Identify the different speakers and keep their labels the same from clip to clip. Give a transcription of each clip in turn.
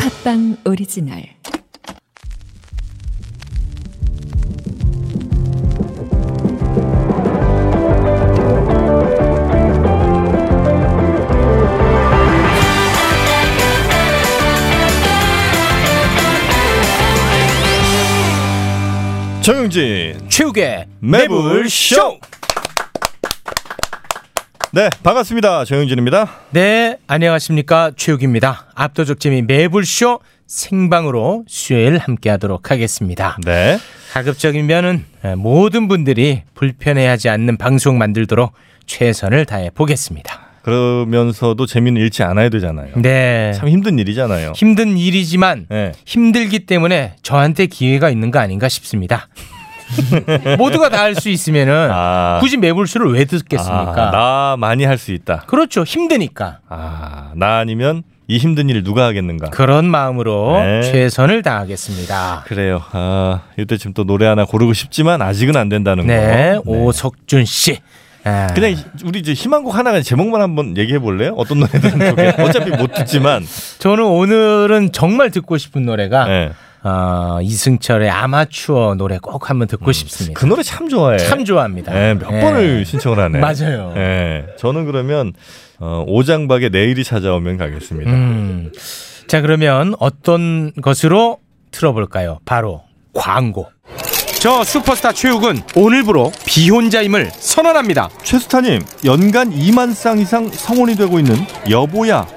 Speaker 1: 팟빵 오리지널
Speaker 2: 정영진
Speaker 3: 최욱의
Speaker 2: 매불쇼 네 반갑습니다 정영진입니다
Speaker 3: 네, 안녕하십니까. 최욱입니다. 압도적 재미 매불쇼 생방으로 수요일 함께 하도록 하겠습니다.
Speaker 2: 네
Speaker 3: 가급적이면은 에, 모든 분들이 불편해하지 않는 방송 만들도록 최선을 다해 보겠습니다.
Speaker 2: 그러면서도 재미는 잃지 않아야 되잖아요
Speaker 3: 네.
Speaker 2: 참 힘든 일이잖아요
Speaker 3: 힘든 일이지만
Speaker 2: 네.
Speaker 3: 힘들기 때문에 저한테 기회가 있는 거 아닌가 싶습니다. 모두가 다 할 수 있으면은
Speaker 2: 아.
Speaker 3: 굳이 매불쇼를 왜
Speaker 2: 아,
Speaker 3: 듣겠습니까?
Speaker 2: 나 많이 할 수 있다
Speaker 3: 그렇죠. 힘드니까.
Speaker 2: 아나 아니면 이 힘든 일 누가 하겠는가
Speaker 3: 그런 마음으로
Speaker 2: 네.
Speaker 3: 최선을 다하겠습니다.
Speaker 2: 그래요 아 이때쯤 또 노래 하나 고르고 싶지만 아직은 안 된다는
Speaker 3: 네,
Speaker 2: 거
Speaker 3: 오석준 씨. 아,
Speaker 2: 그냥 이- 우리 이제 희망곡 하나 제목만 한번 얘기해 볼래요? 어떤 노래든 좋게 어차피 못 듣지만
Speaker 3: 저는 오늘은 정말 듣고 싶은 노래가
Speaker 2: 네.
Speaker 3: 어, 이승철의 아마추어 노래 꼭 한번 듣고 싶습니다.
Speaker 2: 그 노래 참 좋아해.
Speaker 3: 참 좋아합니다.
Speaker 2: 예, 몇
Speaker 3: 예.
Speaker 2: 번을 신청을 하네.
Speaker 3: 맞아요.
Speaker 2: 예, 저는 그러면 어, 오장박의 내일이 찾아오면 가겠습니다.
Speaker 3: 음. 자 그러면 어떤 것으로 틀어볼까요? 바로 광고. 저 슈퍼스타 최욱은 오늘부로 비혼자임을 선언합니다.
Speaker 2: 최수타님, 연간 2만 쌍 이상 성원이 되고 있는 여보야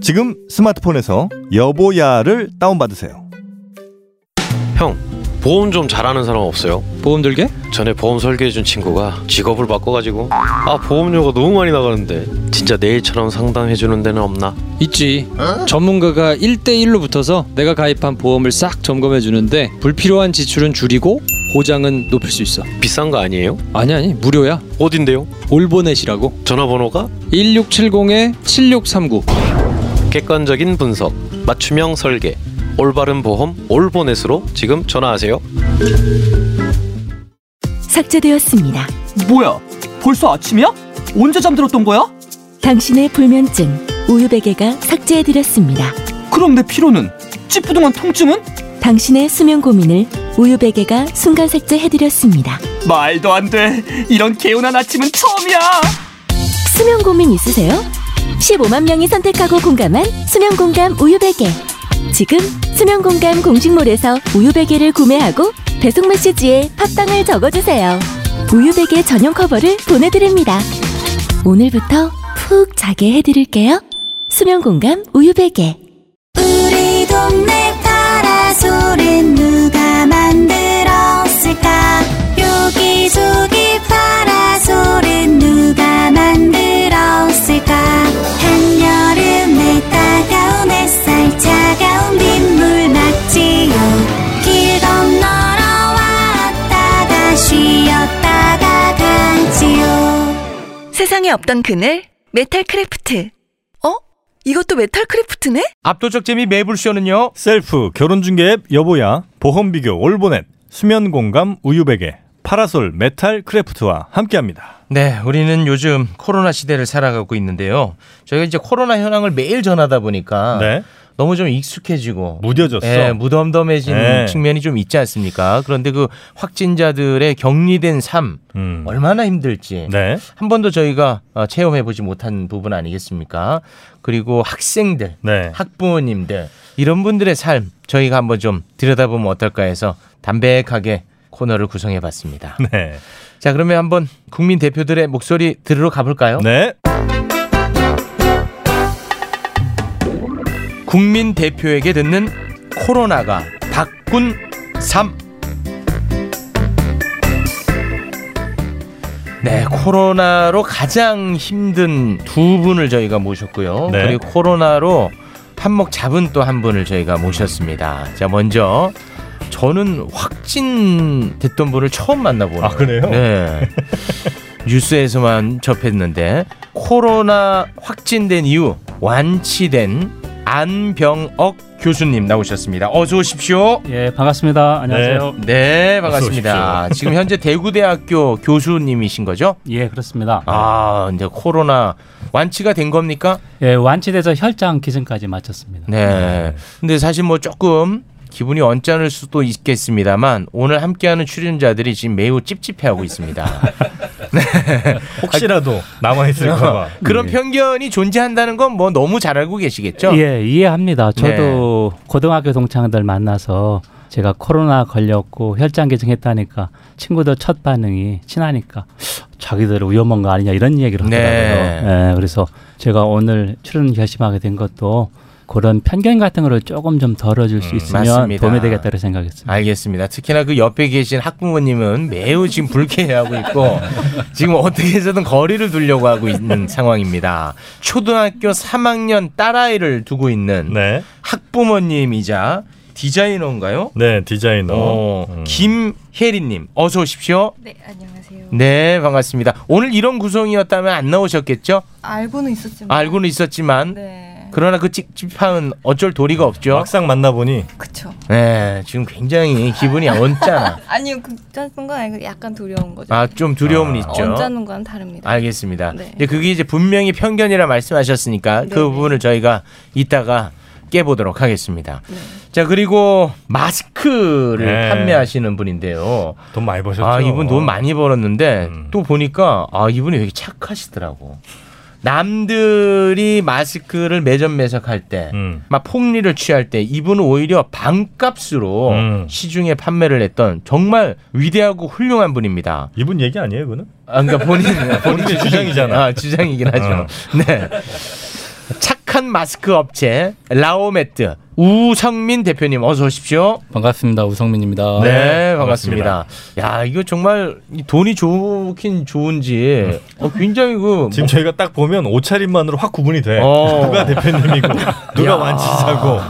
Speaker 2: 지금 스마트폰에서 여보야를 다운받으세요.
Speaker 4: 형 보험 좀 잘하는 사람 없어요?
Speaker 5: 보험 들게?
Speaker 4: 전에 보험 설계해준 친구가 직업을 바꿔가지고 아 보험료가 너무 많이 나가는데 진짜 내일처럼 상담해주는 데는 없나?
Speaker 5: 있지. 전문가가 1대1로 붙어서 내가 가입한 보험을 싹 점검해 주는데 불필요한 지출은 줄이고 보장은 높일 수 있어.
Speaker 4: 비싼 거 아니에요?
Speaker 5: 아니 아니 무료야.
Speaker 4: 어딘데요?
Speaker 5: 올보넷이라고.
Speaker 4: 전화번호가
Speaker 5: 1670-7639.
Speaker 4: 객관적인 분석 맞춤형 설계 올바른 보험 올보넷으로 지금 전화하세요
Speaker 1: 삭제되었습니다.
Speaker 6: 뭐야? 벌써 아침이야? 언제 잠들었던 거야?
Speaker 1: 당신의 불면증 우유 베개가 삭제해 드렸습니다.
Speaker 6: 그럼 내 피로는? 찌뿌둥한 통증은?
Speaker 1: 당신의 수면 고민을 우유 베개가 순간 삭제해 드렸습니다.
Speaker 6: 말도 안 돼. 이런 개운한 아침은 처음이야.
Speaker 1: 수면 고민 있으세요? 15만 명이 선택하고 공감한 수면 공감 우유 베개. 지금 수면 공감 공식몰에서 우유 베개를 구매하고 배송 메시지에 팟빵을 적어주세요. 우유 베개 전용 커버를 보내드립니다. 오늘부터 푹 자게 해드릴게요. 수면 공감 우유 베개.
Speaker 7: 우리 동네 파라솔은 누가 만들었을까 여기저기 파라솔은 누가 만들었을까 한여름에 따가운 햇살 차가운 빗물 맞지요 길 건너러 왔다가 쉬었다가 갔지요
Speaker 8: 세상에 없던 그늘 메탈 크래프트 어? 이것도 메탈 크래프트네?
Speaker 3: 압도적 재미 매불쇼는요.
Speaker 2: 셀프 결혼중개 앱 여보야 보험 비교 올보넷 수면 공감 우유베개 파라솔 메탈 크래프트와 함께합니다.
Speaker 3: 네, 우리는 요즘 코로나 시대를 살아가고 있는데요. 저희가 이제 코로나 현황을 매일 전하다 보니까
Speaker 2: 네.
Speaker 3: 너무 좀 익숙해지고
Speaker 2: 무뎌졌어.
Speaker 3: 예, 무덤덤해진
Speaker 2: 네.
Speaker 3: 측면이 좀 있지 않습니까? 그런데 그 확진자들의 격리된 삶
Speaker 2: 음.
Speaker 3: 얼마나 힘들지.
Speaker 2: 네.
Speaker 3: 한 번도 저희가 어, 체험해보지 못한 부분 아니겠습니까? 그리고 학생들,
Speaker 2: 네.
Speaker 3: 학부모님들 이런 분들의 삶 저희가 한번 좀 들여다보면 어떨까 해서 담백하게 코너를 구성해봤습니다.
Speaker 2: 네.
Speaker 3: 자 그러면 한번 국민 대표들의 목소리 들으러 가볼까요?
Speaker 2: 네.
Speaker 3: 국민 대표에게 듣는 코로나가 바꾼 삶. 네, 코로나로 가장 힘든 두 분을 저희가 모셨고요.
Speaker 2: 네.
Speaker 3: 그리고 코로나로 한몫 잡은 또 한 분을 저희가 모셨습니다. 자, 먼저 저는 확진 됐던 분을 처음 만나보네요.
Speaker 2: 아, 그래요?
Speaker 3: 네. 뉴스에서만 접했는데 코로나 확진된 이후 완치된 안병억 교수님 나오셨습니다. 어서 오십시오.
Speaker 9: 예, 반갑습니다. 안녕하세요.
Speaker 3: 네, 반갑습니다. 지금 현재 대구대학교 교수님이신 거죠?
Speaker 9: 예, 그렇습니다.
Speaker 3: 아, 이제 코로나 완치가 된 겁니까?
Speaker 9: 예, 완치돼서 혈장 기증까지 마쳤습니다.
Speaker 3: 네. 근데 사실 뭐 조금 기분이 언짢을 수도 있겠습니다만 오늘 함께하는 출연자들이 지금 매우 찝찝해하고 있습니다.
Speaker 2: 네. 혹시라도 남아 있을까봐.
Speaker 3: 그런 편견이 존재한다는 건 뭐 너무 잘 알고 계시겠죠?
Speaker 9: 예, 이해합니다. 저도 고등학교 동창들 만나서 제가 코로나 걸렸고 혈장 기증했다니까 친구들 첫 반응이 친하니까 자기들 위험한 거 아니냐 이런 얘기를
Speaker 3: 네.
Speaker 9: 하더라고요. 예, 그래서 제가 오늘 출연 결심하게 된 것도 그런 편견 같은 거를 조금 좀 덜어줄 수 있으면
Speaker 3: 맞습니다.
Speaker 9: 도움이 되겠다고 생각했습니다.
Speaker 3: 알겠습니다. 특히나 그 옆에 계신 학부모님은 매우 지금 불쾌해하고 있고 지금 어떻게 해서든 거리를 두려고 하고 있는 상황입니다. 초등학교 3학년 딸아이를 두고 있는
Speaker 2: 네.
Speaker 3: 학부모님이자 디자이너인가요?
Speaker 2: 네, 디자이너.
Speaker 3: 어,
Speaker 2: 음.
Speaker 3: 김혜리님 어서 오십시오.
Speaker 10: 네, 안녕하세요.
Speaker 3: 네, 반갑습니다. 오늘 이런 구성이었다면 안 나오셨겠죠?
Speaker 10: 알고는 있었지만
Speaker 3: 알고는 있었지만
Speaker 10: 음. 네.
Speaker 3: 그러나 그 찝찝함은 어쩔 도리가 없죠.
Speaker 2: 막상 만나보니
Speaker 10: 그쵸.
Speaker 3: 네, 지금 굉장히 기분이 언짢아.
Speaker 10: 아니요, 극짠은 건 아니고 약간 두려운 거죠.
Speaker 3: 아, 좀 두려움은
Speaker 2: 아.
Speaker 3: 있죠.
Speaker 10: 언짢은 건 다릅니다.
Speaker 3: 알겠습니다.
Speaker 10: 네.
Speaker 3: 근데 그게 이제 분명히 편견이라 말씀하셨으니까
Speaker 10: 네네.
Speaker 3: 그 부분을 저희가 이따가 깨보도록 하겠습니다.
Speaker 10: 네.
Speaker 3: 자, 그리고 마스크를
Speaker 2: 네.
Speaker 3: 판매하시는 분인데요.
Speaker 2: 돈 많이 버셨죠.
Speaker 3: 아, 이분 돈 많이 벌었는데
Speaker 2: 음.
Speaker 3: 또 보니까 아, 이분이 되게 착하시더라고. 남들이 마스크를 매점 매석할 때,
Speaker 2: 음.
Speaker 3: 막 폭리를 취할 때 이분은 오히려 반값으로
Speaker 2: 음.
Speaker 3: 시중에 판매를 했던 정말 위대하고 훌륭한 분입니다.
Speaker 2: 이분 얘기 아니에요, 그는?
Speaker 3: 아, 그러니까 본인
Speaker 2: 본인의 주장이잖아.
Speaker 3: 아, 주장이긴 하죠.
Speaker 2: 어.
Speaker 3: 네. 착한 마스크 업체 라오메트 우성민 대표님 어서 오십시오.
Speaker 9: 반갑습니다. 우성민입니다.
Speaker 3: 네, 반갑습니다. 야 이거 정말 이 돈이 좋긴 좋은지 어, 굉장히 그
Speaker 2: 지금 저희가 딱 보면 옷차림만으로 확 구분이 돼.
Speaker 3: 어.
Speaker 2: 누가 대표님이고 누가 완치자고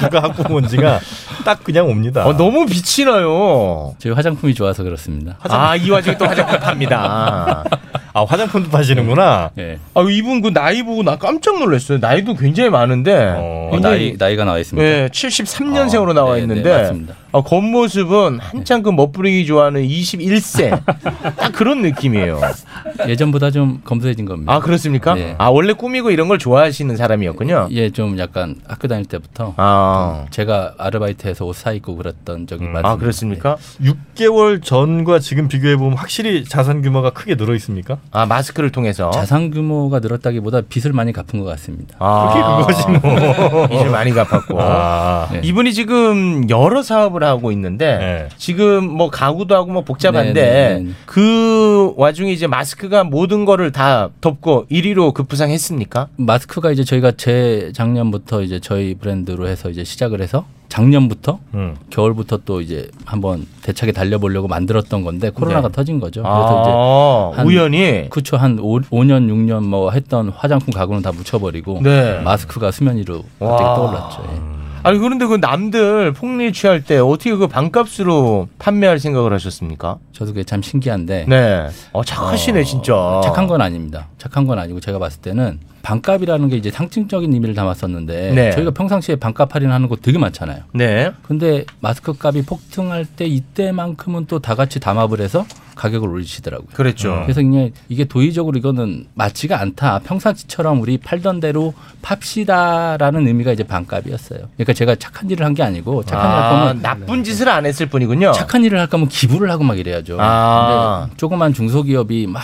Speaker 2: 누가 학부모인지가 딱 그냥 옵니다.
Speaker 3: 어, 너무 빛이 나요.
Speaker 9: 저희 화장품이 좋아서 그렇습니다.
Speaker 3: 아이 와중에 또 화장품 팝니다.
Speaker 2: 아 화장품도 파시는구나.
Speaker 9: 예.
Speaker 3: 아 이분 그 나이 보고 나 깜짝 놀랐어요. 나이도 굉장히 많은데
Speaker 2: 어,
Speaker 3: 굉장히
Speaker 9: 나이가 나와 있습니다.
Speaker 3: 예, 73년생으로
Speaker 9: 아,
Speaker 3: 나와
Speaker 9: 네, 네,
Speaker 3: 있는데
Speaker 9: 맞습니다.
Speaker 3: 어, 겉모습은 한창 그 멋부리기 좋아하는 21세 딱 그런 느낌이에요.
Speaker 9: 예전보다 좀 검소해진 겁니다.
Speaker 3: 아 그렇습니까?
Speaker 9: 네.
Speaker 3: 아 원래 꾸미고 이런 걸 좋아하시는 사람이었군요.
Speaker 9: 예, 좀 약간 학교 다닐 때부터 음,
Speaker 3: 아,
Speaker 9: 제가 아르바이트해서 옷 사 입고 그랬던 적이 많습니다. 네.
Speaker 3: 아 그렇습니까?
Speaker 2: 6개월 전과 지금 비교해 보면 확실히 자산 규모가 크게 늘어 있습니까?
Speaker 3: 아 마스크를 통해서
Speaker 9: 예. 자산 규모가 늘었다기보다 빚을 많이 갚은 것 같습니다.
Speaker 2: 그게 그거지 뭐.
Speaker 3: 이제 아. 많이 갚았고.
Speaker 2: 아.
Speaker 9: 네.
Speaker 3: 이분이 지금 여러 사업을 하고 있는데
Speaker 2: 네.
Speaker 3: 지금 뭐 가구도 하고 뭐 복잡한데
Speaker 9: 네, 네, 네.
Speaker 3: 그 와중에 이제 마스크가 모든 거를 다 덮고 1위로 급부상했습니까?
Speaker 9: 마스크가 이제 저희가 재작년부터 이제 저희 브랜드로 해서 이제 시작을 해서 작년부터
Speaker 2: 음.
Speaker 9: 겨울부터 또 이제 한번 대차게 달려보려고 만들었던 건데 코로나가
Speaker 3: 네.
Speaker 9: 터진 거죠. 그래서 이제
Speaker 3: 아,
Speaker 9: 한-
Speaker 3: 우연히
Speaker 9: 그쵸 한 오, 5년 6년 뭐 했던 화장품 가구는 다 묻혀버리고
Speaker 3: 네.
Speaker 9: 마스크가 수면 위로
Speaker 3: 와.
Speaker 9: 갑자기 떠올랐죠. 예.
Speaker 3: 아니 그런데 그 남들 폭리 취할 때 어떻게 그 반값으로 판매할 생각을 하셨습니까?
Speaker 9: 저도 그게 참 신기한데
Speaker 3: 네. 어 착하시네 진짜.
Speaker 9: 착한 건 아닙니다. 착한 건 아니고 제가 봤을 때는 반값이라는 게 이제 상징적인 의미를 담았었는데
Speaker 3: 네.
Speaker 9: 저희가 평상시에 반값 할인하는 거 되게 많잖아요.
Speaker 3: 네.
Speaker 9: 근데 마스크 값이 폭등할 때 이때만큼은 또 다 같이 담합을 해서 가격을 올리시더라고요.
Speaker 3: 그랬죠.
Speaker 9: 음. 그래서 그냥 이게 도의적으로 이거는 맞지가 않다. 평상시처럼 우리 팔던 대로 팝시다라는 의미가 이제 반값이었어요. 그러니까 제가 착한 일을 한 게 아니고 착한 일을 할
Speaker 3: 아,
Speaker 9: 거면 네.
Speaker 3: 나쁜 짓을 안 했을 뿐이군요.
Speaker 9: 착한 일을 할 거면 기부를 하고 막 이래야죠.
Speaker 3: 어. 아.
Speaker 9: 근데 조그만 중소기업이 막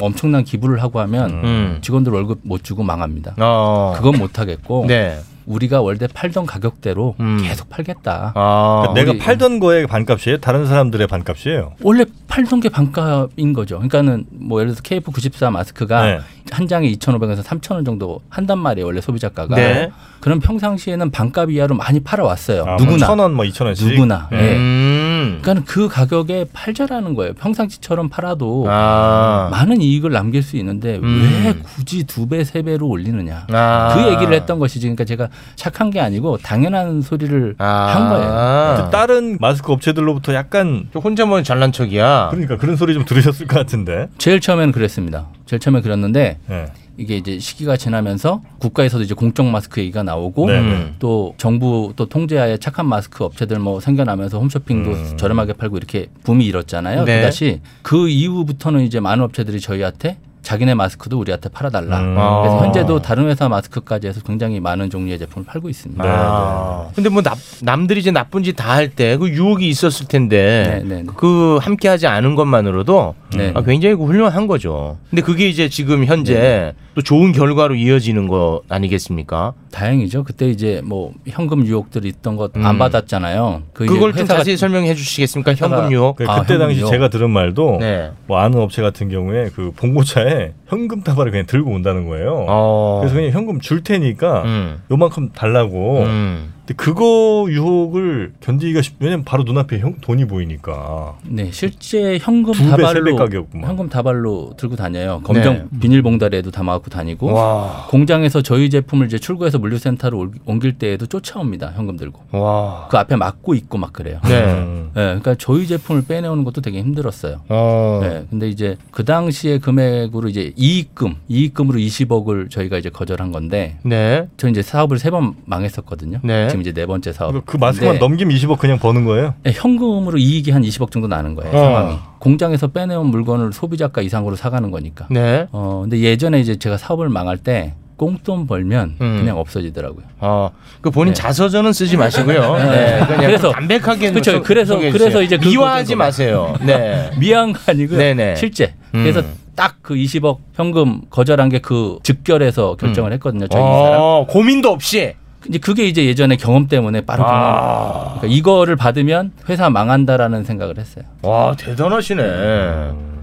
Speaker 9: 엄청난 기부를 하고 하면
Speaker 3: 음.
Speaker 9: 직원들 월급 못 주고 망합니다.
Speaker 3: 어.
Speaker 9: 그건 못 하겠고
Speaker 3: 네.
Speaker 9: 우리가 원래 팔던 가격대로
Speaker 3: 음.
Speaker 9: 계속 팔겠다.
Speaker 3: 아.
Speaker 2: 그러니까 내가
Speaker 9: 우리-
Speaker 2: 팔던 거의 반값이에요. 다른 사람들의 반값이에요.
Speaker 9: 원래 팔던 게 반값인 거죠. 그러니까는 뭐 예를 들어서 KF94 마스크가
Speaker 2: 네.
Speaker 9: 한 장에 2,500에서 3,000원 정도 한단 말이에요. 원래 소비자가가.
Speaker 3: 네.
Speaker 9: 그럼 평상시에는 반값 이하로 많이 팔아왔어요.
Speaker 2: 아,
Speaker 9: 누구나.
Speaker 2: 뭐 천원 뭐 이천 원씩.
Speaker 9: 누구나.
Speaker 2: 예.
Speaker 9: 예.
Speaker 3: 음.
Speaker 11: 그러니까는 그 가격에 팔자라는 거예요. 평상시처럼 팔아도
Speaker 9: 뭐
Speaker 3: 아.
Speaker 11: 많은 이익을 남길 수 있는데
Speaker 3: 음.
Speaker 11: 왜 굳이 두 배, 세 배로 올리느냐.
Speaker 3: 아.
Speaker 11: 그 얘기를 했던 것이지. 그러니까 제가 착한 게 아니고 당연한 소리를
Speaker 3: 아.
Speaker 11: 한
Speaker 9: 아.
Speaker 11: 거예요.
Speaker 2: 그 다른 마스크 업체들로부터 약간
Speaker 3: 혼자만 뭐 잘난 척이야.
Speaker 2: 그러니까 그런 소리 좀 들으셨을 것 같은데.
Speaker 11: 제일 처음에는 그랬습니다. 제일 처음에 그랬는데
Speaker 2: 예.
Speaker 11: 이게 이제 시기가 지나면서 국가에서도 이제 공적 마스크 얘기가
Speaker 9: 어?
Speaker 11: 나오고
Speaker 9: 음.
Speaker 2: 네, 네.
Speaker 11: 또 정부 또 통제하에 착한 마스크 업체들 뭐 생겨나면서 홈쇼핑도
Speaker 2: 음.
Speaker 11: 저렴하게 팔고 이렇게 붐이 일었잖아요.
Speaker 3: 네.
Speaker 11: 다시 그 이후부터는 이제 많은 업체들이 저희한테 자기네 마스크도 우리한테 팔아달라.
Speaker 3: 음.
Speaker 11: 그래서
Speaker 3: 아.
Speaker 11: 현재도 다른 회사 마스크까지 해서 굉장히 많은 종류의 제품을 팔고 있습니다. 네,
Speaker 3: 아. 근데 뭐 나- 남들이 이제 나쁜 짓 다 할 때 그 유혹이 있었을 텐데 그 함께하지 않은 것만으로도
Speaker 11: 네.
Speaker 3: 아, 굉장히 그 훌륭한 거죠. 근데 그게 이제 지금 현재
Speaker 11: 네.
Speaker 3: 또 좋은 결과로 이어지는 거 아니겠습니까?
Speaker 11: 다행이죠. 그때 이제 뭐 현금 유혹들이 있던 것 안
Speaker 3: 음.
Speaker 11: 받았잖아요. 그 이제
Speaker 3: 그걸 좀
Speaker 11: 회사가-
Speaker 3: 자세히 설명해 주시겠습니까?
Speaker 11: 회사가-
Speaker 3: 현금 유혹. 아,
Speaker 2: 그
Speaker 9: 아,
Speaker 2: 그때 당시 제가 들은 말도
Speaker 3: 네.
Speaker 2: 뭐 아는 업체 같은 경우에 그 봉고차에 현금 타바를 그냥 들고 온다는
Speaker 11: 어.
Speaker 2: 거예요.
Speaker 3: 아. 어.
Speaker 2: 그래서 그냥 현금 줄 테니까
Speaker 3: 음.
Speaker 2: 요만큼
Speaker 11: 어.
Speaker 2: 달라고. 근데 그거 유혹을 견디기가 쉽. 왜냐면 바로 눈앞에 형- 돈이 보이니까.
Speaker 11: 네, 실제 현금
Speaker 2: 두 배, 세배
Speaker 11: 다발로
Speaker 2: 가격이구만.
Speaker 11: 현금 다발로 들고 다녀요. 검정 비닐봉다리에도 담아갖고
Speaker 3: 뭐?
Speaker 11: 다니고
Speaker 3: 네. 와.
Speaker 11: 공장에서 저희 제품을 이제 출고해서 물류센터로 올- 옮길 때에도 쫓아옵니다. 현금 들고.
Speaker 3: 와.
Speaker 11: 그 앞에 막고 있고 막 그래요.
Speaker 3: 네.
Speaker 2: 음.
Speaker 11: 예, 그러니까 저희 제품을 빼내오는 것도 되게 힘들었어요.
Speaker 3: 어.
Speaker 11: 네, 근데 이제 그 당시의 금액으로 이제 이익금, 이익금으로 20억을 저희가 이제 거절한 건데,
Speaker 3: 네.
Speaker 11: 저 이제 사업을 세 번 망했었거든요.
Speaker 3: 네.
Speaker 11: 지금 이제 네 번째 사업.
Speaker 2: 그 마스크만
Speaker 11: 근데
Speaker 2: 넘기면 20억 그냥 버는 거예요?
Speaker 11: 네, 현금으로 이익이 한 20억 정도 나는 거예요.
Speaker 2: 어.
Speaker 11: 상황이. 공장에서 빼내온 물건을 소비자가 이상으로 사가는 거니까.
Speaker 3: 네.
Speaker 11: 어, 근데 예전에 이제 제가 사업을 망할 때 꽁돈 벌면
Speaker 3: 음.
Speaker 11: 그냥 없어지더라고요.
Speaker 3: 어, 그 본인 자서전은 쓰지 마시고요.
Speaker 11: 네.
Speaker 3: 네, 그냥
Speaker 11: 그래서-
Speaker 3: 담백하게
Speaker 11: 그쵸.
Speaker 3: 소-
Speaker 11: 그래서-
Speaker 3: 소개해
Speaker 11: 그래서
Speaker 3: 주세요.
Speaker 11: 이제 그거
Speaker 3: 미화하지
Speaker 11: 그거.
Speaker 3: 마세요. 네.
Speaker 11: 미안한 거 아니고요.
Speaker 3: 네네.
Speaker 11: 실제.
Speaker 3: 음.
Speaker 11: 그래서 딱 그 20억 현금 거절한 게 그 즉결해서 결정을 했거든요. 저희 이사람.
Speaker 3: 어, 고민도 없이.
Speaker 11: 이제 그게 이제 예전에 경험 때문에 빠른 경험.
Speaker 3: 아.
Speaker 11: 그러니까 이거를 받으면 회사 망한다라는 생각을 했어요.
Speaker 3: 와 대단하시네.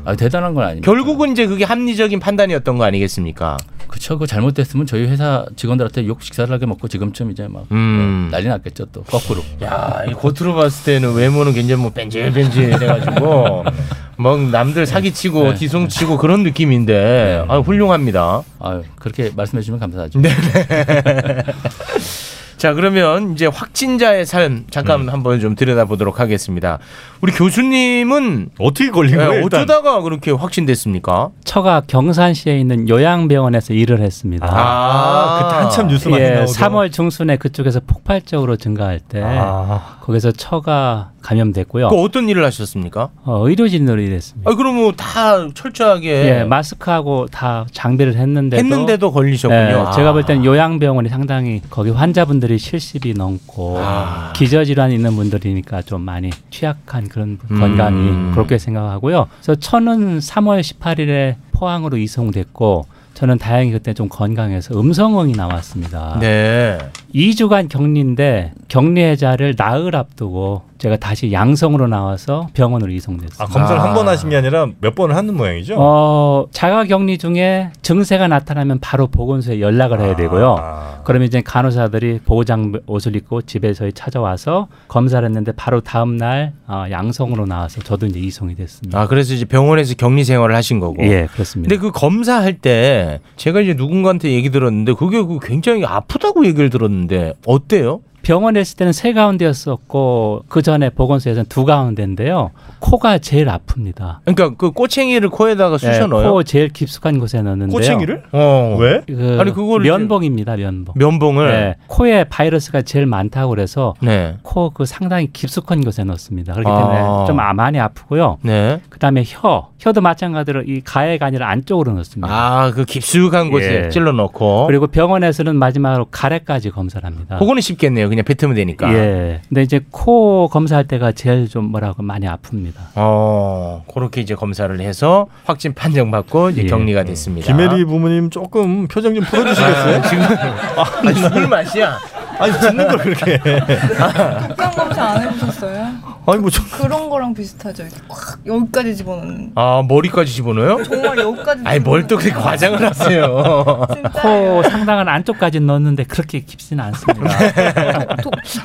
Speaker 11: 아, 대단한 건 아닙니다.
Speaker 3: 결국은 이제 그게 합리적인 판단이었던 거 아니겠습니까?
Speaker 11: 그쵸. 그 잘못됐으면 저희 회사 직원들한테 욕 식사하게 먹고 지금쯤 이제 막
Speaker 3: 음.
Speaker 11: 난리 났겠죠 또 거꾸로.
Speaker 3: 야, 이 겉으로 봤을 때는 외모는 굉장히 뭐 뺀질뺀질 해가지고 막 남들 사기치고
Speaker 11: 네.
Speaker 3: 뒤송치고 그런 느낌인데 아 훌륭합니다.
Speaker 11: 아유, 그렇게 말씀해 주시면 감사하죠.
Speaker 9: 네.
Speaker 3: 자 그러면 이제 확진자의 삶 잠깐
Speaker 9: 음.
Speaker 3: 한번 좀 들여다보도록 하겠습니다. 우리 교수님은
Speaker 2: 어떻게 걸린
Speaker 9: 거예요, 일단?
Speaker 3: 네, 어쩌다가 그렇게 확진됐습니까?
Speaker 9: 처가 아, 경산시에 있는 요양병원에서 일을 했습니다.
Speaker 3: 아, 그때 한참 뉴스 많이 나오죠.
Speaker 9: 3월 중순에 그쪽에서 폭발적으로 증가할 때
Speaker 3: 아.
Speaker 9: 거기서 처가 감염됐고요.
Speaker 3: 그 어떤 일을 하셨습니까?
Speaker 9: 어, 의료진으로 일했습니다.
Speaker 3: 아 그럼 뭐 다 철저하게
Speaker 9: 예, 마스크하고 다 장비를 했는데도
Speaker 3: 했는데도 걸리셨군요.
Speaker 9: 예,
Speaker 3: 아.
Speaker 9: 제가 볼 때는 요양병원이 상당히 거기 환자분들이 70이 넘고 기저질환 있는 분들이니까 좀 많이 취약한 그런
Speaker 12: 음.
Speaker 9: 건강이 그렇게 생각하고요. 그래서 천은 3월 18일에 포항으로 이송됐고 저는 다행히 그때 좀 건강해서 음성응이 나왔습니다.
Speaker 3: 네.
Speaker 9: 2주간 격리인데 격리해자를 나흘 앞두고 제가 다시 양성으로 나와서 병원으로 이송됐습니다.
Speaker 2: 아, 검사를 한 번 하신 게 아니라 몇 번을 하는 모양이죠?
Speaker 9: 어, 자가 격리 중에 증세가 나타나면 바로 보건소에 연락을 해야 되고요.
Speaker 3: 아.
Speaker 9: 그러면 이제 간호사들이 보호장 옷을 입고 집에서 찾아와서 검사를 했는데 바로 다음 날 어, 양성으로 나와서 저도 이제 이송이 됐습니다.
Speaker 3: 아 그래서 이제 병원에서 격리 생활을 하신 거고.
Speaker 9: 예, 그렇습니다.
Speaker 3: 근데 그 검사할 때 제가 이제 누군가한테 얘기 들었는데 그게 그 굉장히 아프다고 얘기를 들었는데 어때요?
Speaker 9: 병원에 있을 때는 세 가운데였었고 그 전에 보건소에서는 두 가운데인데요. 코가 제일 아픕니다.
Speaker 3: 그러니까 그 꼬챙이를 코에다가 쑤셔
Speaker 9: 예,
Speaker 3: 넣어요.
Speaker 9: 코 제일 깊숙한 곳에 넣는데요.
Speaker 3: 꼬챙이를? 어. 왜?
Speaker 9: 그
Speaker 3: 아니, 그거를
Speaker 9: 면봉입니다. 면봉.
Speaker 3: 면봉을?
Speaker 9: 예, 코에 바이러스가 제일 많다고 그래서
Speaker 3: 네.
Speaker 9: 코 그 상당히 깊숙한 곳에 넣습니다. 그렇기
Speaker 3: 아.
Speaker 9: 때문에 좀 아- 많이 아프고요.
Speaker 3: 네.
Speaker 9: 그다음에 혀, 혀도 마찬가지로 이 가해가 아니라 안쪽으로 넣습니다.
Speaker 3: 아그 깊숙한 곳에
Speaker 9: 예.
Speaker 3: 찔러 넣고.
Speaker 9: 그리고 병원에서는 마지막으로 가래까지 검사를 합니다.
Speaker 3: 그거는 쉽겠네요. 그냥 뱉으면 되니까.
Speaker 9: 예. 근데 이제 코 검사할 때가 제일 좀 뭐라고 많이 아픕니다.
Speaker 3: 어 그렇게 이제 검사를 해서 확진 판정 받고
Speaker 9: 예.
Speaker 3: 이제 격리가 됐습니다. 아,
Speaker 2: 김혜리 부모님 조금 표정 좀 풀어주시겠어요?
Speaker 3: 지금 아, 술 맛이야.
Speaker 2: 아니 듣는 걸 그렇게. 해.
Speaker 10: 진짜 안 해보셨어요?
Speaker 3: 아니 뭐 저-
Speaker 10: 그런 거랑 비슷하죠. 이렇게 꽉 여기까지 집어넣는.
Speaker 3: 아 머리까지 집어넣어요?
Speaker 10: 정말 여기까지.
Speaker 3: 아니 뭘 또 어. 그렇게 과장을 하세요?
Speaker 9: 코 상당한 안쪽까지 넣었는데 그렇게 깊지는 않습니다.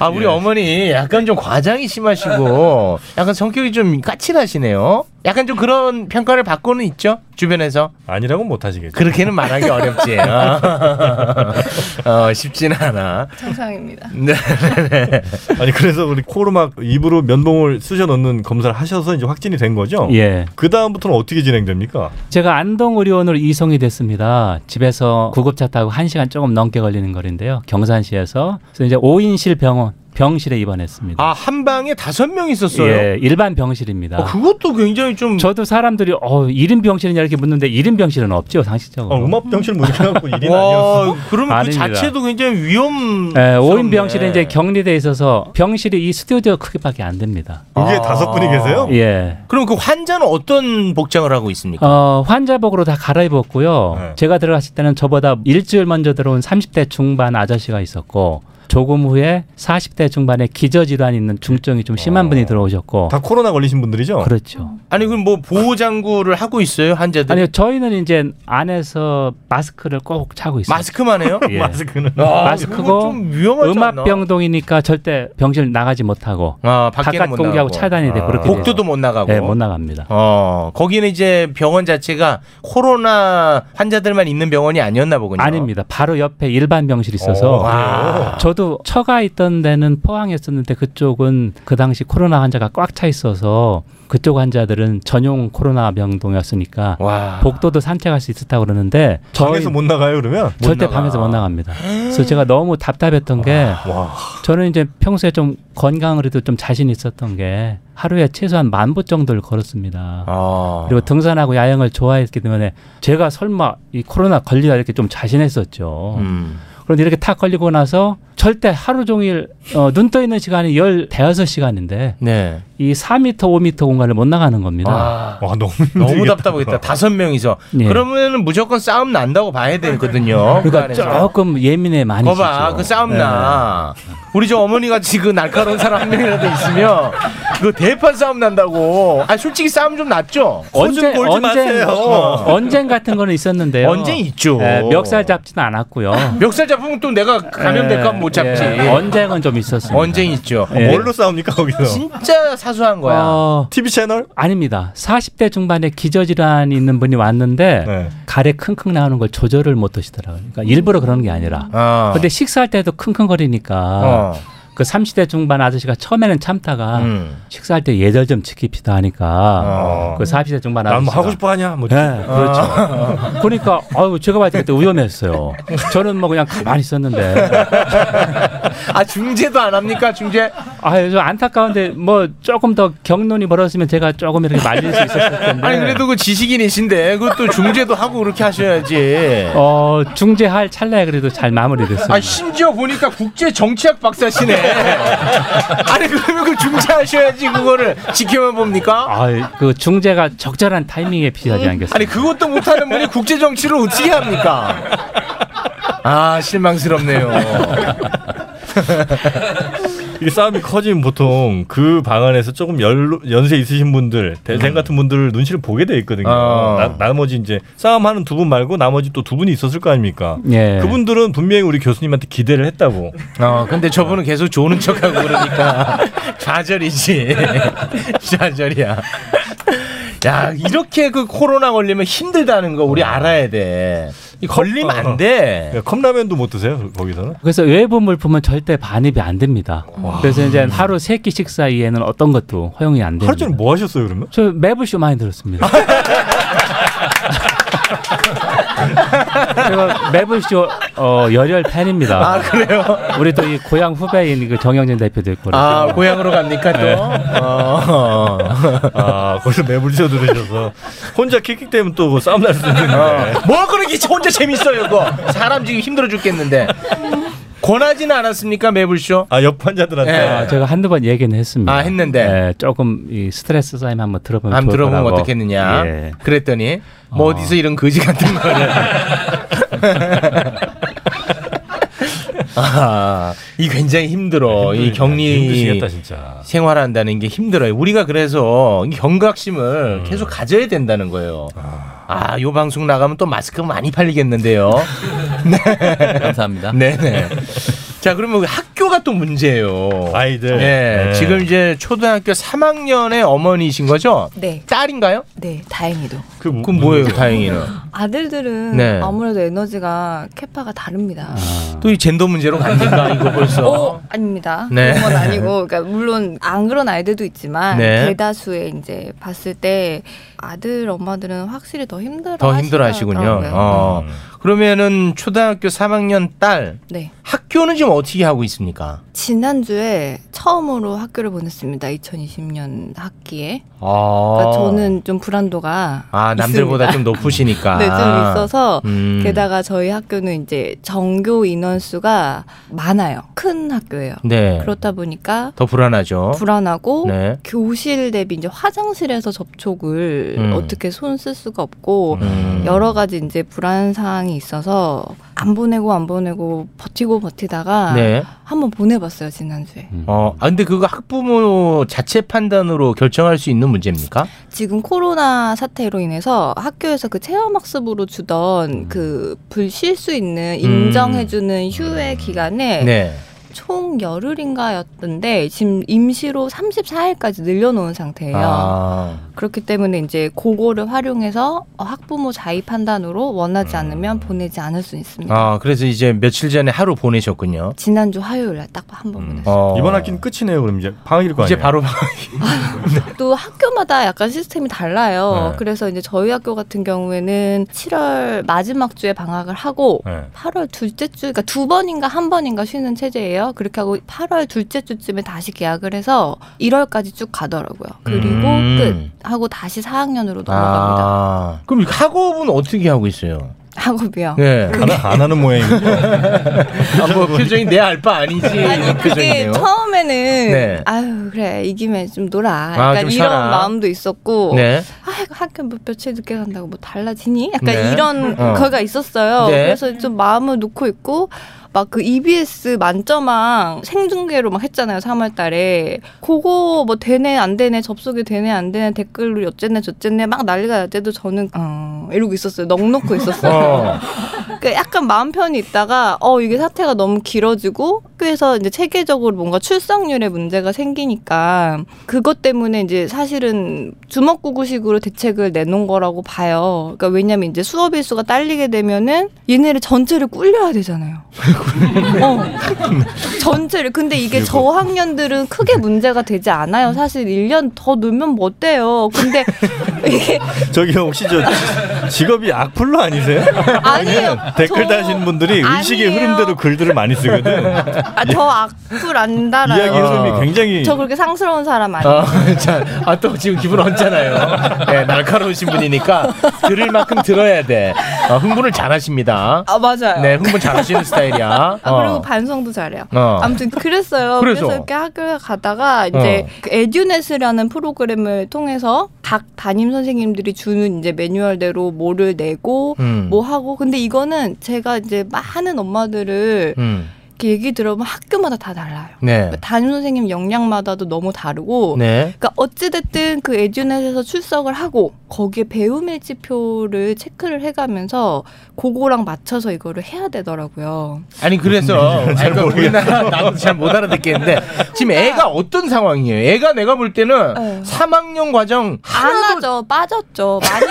Speaker 3: 아
Speaker 9: 예.
Speaker 3: 우리 어머니 약간 좀 과장이 심하시고 약간 성격이 좀 까칠하시네요. 약간 좀 그런 평가를 받고는 있죠 주변에서.
Speaker 2: 아니라고 못 하시겠죠.
Speaker 3: 그렇게는 말하기 어렵지. 어, 어, 쉽지는 않아.
Speaker 10: 정상입니다.
Speaker 3: 네.
Speaker 2: 아니 그래서 우리 코로 막 입으로 면봉을 쑤셔 넣는 검사를 하셔서 이제 확진이 된 거죠.
Speaker 9: 예.
Speaker 2: 그 다음부터는 어떻게 진행됩니까?
Speaker 9: 제가 안동의료원으로 이송이 됐습니다. 집에서 구급차 타고 1시간 조금 넘게 걸리는 거리인데요. 경산시에서 그래서 이제 5인실 병원 병실에 입원했습니다.
Speaker 3: 아 한 방에 다섯 명 있었어요.
Speaker 9: 예, 일반 병실입니다.
Speaker 3: 어, 그것도 굉장히 좀
Speaker 9: 저도 사람들이 어 1인 병실이냐 이렇게 묻는데 1인 병실은 없죠, 상식적으로.
Speaker 3: 어,
Speaker 2: 음압 병실 못 해갖고 일인
Speaker 3: 와, 그러면
Speaker 9: 아닙니다.
Speaker 3: 그 자체도 굉장히 위험.
Speaker 9: 예, 5인 병실에 이제 격리돼 있어서 병실이 이 스튜디오 크기밖에 안 됩니다.
Speaker 3: 거기에 다섯 분이 계세요?
Speaker 9: 예.
Speaker 3: 그럼 그 환자는 어떤 복장을 하고 있습니까? 네.
Speaker 9: 어, 환자복으로 다 갈아입었고요. 제가 들어갔을 때는 저보다 일주일 먼저 들어온 30대 중반 아저씨가 있었고 조금 후에 40대 중반에 기저질환 있는 중증이 좀 심한 분이 들어오셨고
Speaker 2: 다 코로나 걸리신 분들이죠?
Speaker 9: 그렇죠.
Speaker 3: 아니 그럼 뭐 보호 장구를 하고 있어요 환자들?
Speaker 9: 아니요, 저희는 이제 안에서 마스크를 꼭 차고 있어요.
Speaker 3: 마스크만 해요?
Speaker 9: 예.
Speaker 2: 마스크는
Speaker 3: 아, 이거
Speaker 9: 마스크고
Speaker 3: 좀 위험하지 않나?
Speaker 9: 음압병동이니까 절대 병실 나가지 못하고
Speaker 3: 아, 밖에는
Speaker 9: 바깥
Speaker 3: 못
Speaker 9: 공기하고
Speaker 3: 나가고.
Speaker 9: 차단이 돼
Speaker 3: 아.
Speaker 9: 그렇게
Speaker 3: 복도도
Speaker 9: 돼요.
Speaker 3: 못 나가고.
Speaker 9: 예, 못 나갑니다.
Speaker 3: 어 거기는 이제 병원 자체가 코로나 환자들만 있는 병원이 아니었나 보군요.
Speaker 9: 아닙니다. 바로 옆에 일반 병실이 있어서
Speaker 3: 오, 그래요?
Speaker 9: 저도 처가 있던 데는 포항이었었는데 그쪽은 그 당시 코로나 환자가 꽉 차 있어서 그쪽 환자들은 전용 코로나 병동이었으니까 복도도 산책할 수 있었다고 그러는데
Speaker 2: 방에서 못 나가요 그러면?
Speaker 9: 절대 방에서 못 나갑니다. 그래서 제가 너무 답답했던 게 저는 이제 평소에 좀 건강으로도 좀 자신 있었던 게 하루에 최소한 만 보 정도를
Speaker 3: 아.
Speaker 9: 걸었습니다. 그리고 등산하고 야영을 좋아했기 때문에 제가 설마 이 코로나 걸리다 이렇게 좀 자신했었죠.
Speaker 3: 음.
Speaker 9: 그런데 이렇게 탁 걸리고 나서 절대 하루 종일 어, 눈 떠 있는 시간이 열 대여섯 시간인데
Speaker 3: 네.
Speaker 9: 이 4미터, 5미터 공간을 못 나가는 겁니다.
Speaker 3: 아.
Speaker 2: 너무
Speaker 3: 너무 답답하겠다. 다섯 명이서
Speaker 9: 예.
Speaker 3: 그러면은 무조건 싸움 난다고 봐야 되거든요. 그
Speaker 9: 그러니까
Speaker 3: 안에서.
Speaker 9: 조금 예민해 많이
Speaker 3: 거봐
Speaker 9: 지죠.
Speaker 3: 그 싸움
Speaker 9: 네.
Speaker 3: 나 우리 저 어머니 같이 그 날카로운 사람 한 명이라도 있으면 그 대판 싸움 난다고 아 솔직히 싸움 좀 났죠
Speaker 9: 언제 언제 어, 언젠 같은 거는 있었는데요.
Speaker 3: 언젠 있죠.
Speaker 9: 예, 멱살 잡지는 않았고요.
Speaker 3: 멱살 잡으면 또 내가 감염될까 하면 못 잡지
Speaker 9: 예, 언쟁은 좀 있었습니다.
Speaker 3: 언쟁 있죠.
Speaker 2: 아,
Speaker 9: 네.
Speaker 2: 뭘로 싸웁니까 거기서?
Speaker 3: 진짜 사소한 거야
Speaker 9: 어,
Speaker 2: TV 채널?
Speaker 9: 아닙니다. 40대 중반에 기저질환이 있는 분이 왔는데
Speaker 3: 네.
Speaker 2: 네.
Speaker 9: 가래 킁킁 나오는 걸 조절을 못 하시더라고요. 그러니까 일부러 그러는 게 아니라.
Speaker 3: 아.
Speaker 9: 근데 식사할 때도 킁킁거리니까
Speaker 3: 어.
Speaker 9: 그 30대 중반 아저씨가 처음에는 참다가 식사할 때 예절 좀 지킵시다 하니까
Speaker 3: 어.
Speaker 9: 그 40대 중반
Speaker 2: 난뭐
Speaker 9: 아저씨
Speaker 2: 하고 싶어 하냐? 뭐
Speaker 9: 네, 그렇죠.
Speaker 2: 아.
Speaker 3: 어.
Speaker 9: 그러니까 아유 제가 봤을 때 그때 위험했어요. 저는 뭐 그냥 가만히 있었는데
Speaker 3: 아 중재도 안 합니까 중재
Speaker 9: 아유 좀 안타까운데 뭐 조금 더 경론이 벌어졌으면 제가 조금 이렇게 말릴 수 있었을 텐데.
Speaker 3: 아니 그래도 그 지식인이신데 그것도 중재도 하고 그렇게 하셔야지
Speaker 9: 어 중재할 찰나에 그래도 잘 마무리됐습니다.
Speaker 3: 아 심지어 보니까 국제 정치학 박사시네. 아니 그러면 그 중재하셔야지 그거를 지켜만 봅니까?
Speaker 9: 아그 중재가 적절한 타이밍에 피하지 않겠어요.
Speaker 3: 음. 아니 그것도 못하는 분이 국제 정치를 어떻게 합니까? 아 실망스럽네요.
Speaker 2: 이게 싸움이 커지면 보통 그 방 안에서 조금 연, 연세 있으신 분들,
Speaker 3: 음.
Speaker 2: 대생 같은 분들 눈치를 보게 돼 있거든요.
Speaker 3: 어.
Speaker 2: 나, 머지 이제 싸움하는 두 분 말고 나머지 또 두 분이 있었을 거 아닙니까?
Speaker 3: 예.
Speaker 2: 그분들은 분명히 우리 교수님한테 기대를 했다고.
Speaker 3: 어 근데 저분은 계속 좋은 척하고 그러니까 좌절이지. 좌절이야. 야 이렇게 그 코로나 걸리면 힘들다는 거 우리 알아야 돼. 이 걸리면 안 돼.
Speaker 2: 그러니까 컵라면도 못 드세요 거기서는?
Speaker 9: 그래서 외부 물품은 절대 반입이 안 됩니다. 그래서 이제 하루 세 끼 식사 이외에는 어떤 것도 허용이
Speaker 3: 네.
Speaker 9: 안 됩니다. 하루
Speaker 2: 종일 뭐 하셨어요 그러면?
Speaker 9: 저 매불쇼 많이 들었습니다. 제가 매불쇼 어, 열혈 팬입니다.
Speaker 3: 아, 그래요?
Speaker 9: 우리 또 이 고향 후배인 그 정영진 대표도 있고.
Speaker 3: 아 고향으로 갑니까 또?
Speaker 9: 네.
Speaker 3: 어.
Speaker 2: 아 거기서 매불쇼 들으셔서 혼자 킥킥 되면 또그 싸움 날 수도 있는데.
Speaker 3: 뭐 그렇게 혼자 재밌어요 그거 사람 지금 힘들어 죽겠는데 권하지는 않았습니까 매불쇼
Speaker 2: 아옆 환자들한테
Speaker 3: 예.
Speaker 9: 아, 제가 한두 번 얘기는 했습니다.
Speaker 3: 네. 아, 했는데?
Speaker 9: 예, 조금 이 스트레스 쌓임 한번 들어보면
Speaker 3: 안
Speaker 9: 좋을
Speaker 3: 들어보면
Speaker 9: 거라고.
Speaker 3: 어떻겠느냐
Speaker 9: 예.
Speaker 3: 그랬더니 뭐
Speaker 9: 어.
Speaker 3: 어. 디서 이런 거지 같은 거를 아, 이 굉장히 힘들어. 이 격리
Speaker 2: 네, 아, 힘드시겠다, 진짜.
Speaker 3: 생활한다는 게 힘들어요. 우리가 그래서 이 경각심을 계속 가져야 된다는 거예요. 아, 요 방송 나가면 또 마스크 많이 팔리겠는데요. 네.
Speaker 11: 감사합니다.
Speaker 3: 네네. 자, 그러면 학교가 또 문제예요. 아이들. 네,
Speaker 11: 네.
Speaker 3: 지금 이제 초등학교 3학년의 어머니이신 거죠?
Speaker 10: 네.
Speaker 3: 딸인가요?
Speaker 10: 네, 다행히도.
Speaker 3: 그, 건 뭐예요, 다행히는?
Speaker 10: 아들들은
Speaker 3: 네. 아.
Speaker 10: 아무래도 에너지가 캐파가 다릅니다.
Speaker 3: 또 이 젠더 문제로 간다, 이거 벌써.
Speaker 10: 어, 아닙니다.
Speaker 3: 네.
Speaker 10: 그런 건 아니고, 그러니까 물론 안 그런 아이들도 있지만
Speaker 3: 네.
Speaker 10: 대다수의 이제 봤을 때 아들 엄마들은 확실히 더 힘들어.
Speaker 3: 더 힘들어 하시군요.
Speaker 10: 하시더라고요.
Speaker 3: 어.
Speaker 2: 음.
Speaker 3: 그러면은 초등학교 3학년 딸
Speaker 10: 네.
Speaker 3: 학교는 지금 어떻게 하고 있습니까?
Speaker 10: 지난주에 처음으로 학교를 보냈습니다. 2020년 학기에.
Speaker 3: 아.
Speaker 10: 그러니까 저는 좀 불안도가
Speaker 3: 아, 남들보다
Speaker 10: 있습니다.
Speaker 3: 좀 높으시니까.
Speaker 10: 네, 좀 있어서
Speaker 3: 음.
Speaker 10: 게다가 저희 학교는 이제 정교 인원 수가 많아요. 큰 학교예요.
Speaker 3: 네.
Speaker 10: 그렇다 보니까
Speaker 3: 더 불안하죠.
Speaker 10: 불안하고
Speaker 3: 네.
Speaker 10: 교실 대비 이제 화장실에서 접촉을
Speaker 3: 음.
Speaker 10: 어떻게 손 쓸 수가 없고
Speaker 3: 음.
Speaker 10: 여러 가지 이제 불안 사항이 있어서 안 보내고 안 보내고 버티고 버티다가
Speaker 3: 네.
Speaker 10: 한번 보내봤어요 지난주에.
Speaker 3: 어, 아 근데 그거 학부모 자체 판단으로 결정할 수 있는 문제입니까?
Speaker 10: 지금 코로나 사태로 인해서 학교에서 그 체험학습으로 주던
Speaker 3: 음.
Speaker 10: 그 불 쉴 수 있는 인정해주는 휴회 기간에
Speaker 3: 네.
Speaker 10: 총 열흘인가였던데 지금 임시로 34일까지 늘려놓은 상태예요.
Speaker 3: 아.
Speaker 10: 그렇기 때문에 이제 그거를 활용해서 학부모 자의 판단으로 원하지 않으면 보내지 않을 수 있습니다.
Speaker 3: 아, 그래서 이제 며칠 전에 하루 보내셨군요.
Speaker 10: 지난주 화요일 날 딱 한 번 보냈어요.
Speaker 3: 어.
Speaker 2: 이번 학기는 끝이네요. 그럼 이제 방학일 거 아니에요?
Speaker 3: 이제 바로
Speaker 10: 또 학교마다 약간 시스템이 달라요.
Speaker 2: 네.
Speaker 10: 그래서 이제 저희 학교 같은 경우에는 7월 마지막 주에 방학을 하고
Speaker 2: 네.
Speaker 10: 8월 둘째 주, 그러니까 두 번인가 한 번인가 쉬는 체제예요. 그렇게 하고 8월 둘째 주쯤에 다시 계약을 해서 1월까지 쭉 가더라고요. 그리고
Speaker 3: 음.
Speaker 10: 끝 하고 다시 4학년으로 넘어갑니다.
Speaker 3: 아. 그럼 학업은 어떻게 하고 있어요?
Speaker 10: 학업이요.
Speaker 3: 네.
Speaker 10: 그게-
Speaker 3: 안 하는 모양이군요. 아, 뭐 표정이 내 알 바 아니지. 이
Speaker 10: 그게
Speaker 3: 표정이네요.
Speaker 10: 처음에는
Speaker 3: 네.
Speaker 10: 아유 그래 이기면 좀 놀아
Speaker 3: 아,
Speaker 10: 약간
Speaker 3: 좀
Speaker 10: 이런
Speaker 3: 살아.
Speaker 10: 마음도 있었고
Speaker 3: 네.
Speaker 10: 아 학교 뭐 며칠 늦게 간다고 뭐 달라지니 약간
Speaker 3: 네.
Speaker 10: 이런
Speaker 3: 어.
Speaker 10: 거가 있었어요
Speaker 3: 네.
Speaker 10: 그래서 좀 마음을 놓고 있고 막 그 EBS 만점왕 생중계로 막 했잖아요 3월달에 그거 뭐 되네 안 되네 접속이 되네 안 되네 댓글로 어쨌네 저쨌네 막 난리가 날 때도 저는 어 이러고 있었어요 넋놓고 있었어요
Speaker 7: 어.
Speaker 10: 그러니까 약간 마음 편히 있다가 어 이게 사태가 너무 길어지고 학교에서 이제 체계적으로 뭔가 출석률에 문제가 생기니까 그것 때문에 이제 사실은 주먹구구식으로 대책을 내놓은 거라고 봐요. 그러니까 왜냐면 이제 수업 일수가 딸리게 되면은 얘네를 전체를 꿀려야 되잖아요. 어. 전체를 근데
Speaker 2: 뭐.
Speaker 10: 이게 저학년들은 크게 문제가 되지 않아요. 사실 1년 더 놀면 못 돼요. 근데
Speaker 2: 저기 혹시 저 직업이 악플러 아니세요?
Speaker 10: 아니에요.
Speaker 2: 댓글
Speaker 10: 저-
Speaker 2: 다시는 분들이 의식의
Speaker 10: 아니에요.
Speaker 2: 흐름대로 글들을 많이 쓰거든.
Speaker 10: 아, 저 악플 안 달아요. 어.
Speaker 2: 이야기 흐름이 굉장히-
Speaker 10: 저 그렇게 상스러운 사람 아니에요.
Speaker 3: 아, 자, 아, 또 지금 기분 언짢아요. 네, 날카로우신 분이니까 들을 만큼 들어야 돼. 어, 흥분을 잘 하십니다.
Speaker 10: 아 맞아요.
Speaker 3: 네, 흥분 잘 하시는 스타일이야.
Speaker 10: 아, 그리고
Speaker 3: 어.
Speaker 10: 반성도 잘해요.
Speaker 3: 어.
Speaker 10: 아무튼 그랬어요.
Speaker 3: 그래서?
Speaker 10: 그래서, 이렇게 학교에 가다가 이제
Speaker 3: 어.
Speaker 10: 그 에듀넷이라는 프로그램을 통해서 각 담임 선생님들이 주는 이제 매뉴얼대로 뭐를 내고
Speaker 7: 음.
Speaker 10: 뭐 하고 근데 이거는 제가 이제 많은 엄마들을
Speaker 3: 음.
Speaker 10: 이렇게 얘기 들어보면 학교마다 다 달라요.
Speaker 3: 네.
Speaker 10: 담임 선생님 역량마다도 너무 다르고
Speaker 3: 네.
Speaker 10: 그러니까 어찌됐든 그 에듀넷에서 출석을 하고 거기에 배움 일지표를 체크를 해가면서 그거랑 맞춰서 이거를 해야 되더라고요.
Speaker 3: 아니 그래서 아니, 그러니까 우리나라 나도 잘 못 알아듣겠는데 지금 애가 어떤 상황이에요? 애가 내가 볼 때는
Speaker 10: 네.
Speaker 3: 3학년 과정
Speaker 10: 안 하죠. 빠졌죠. 많이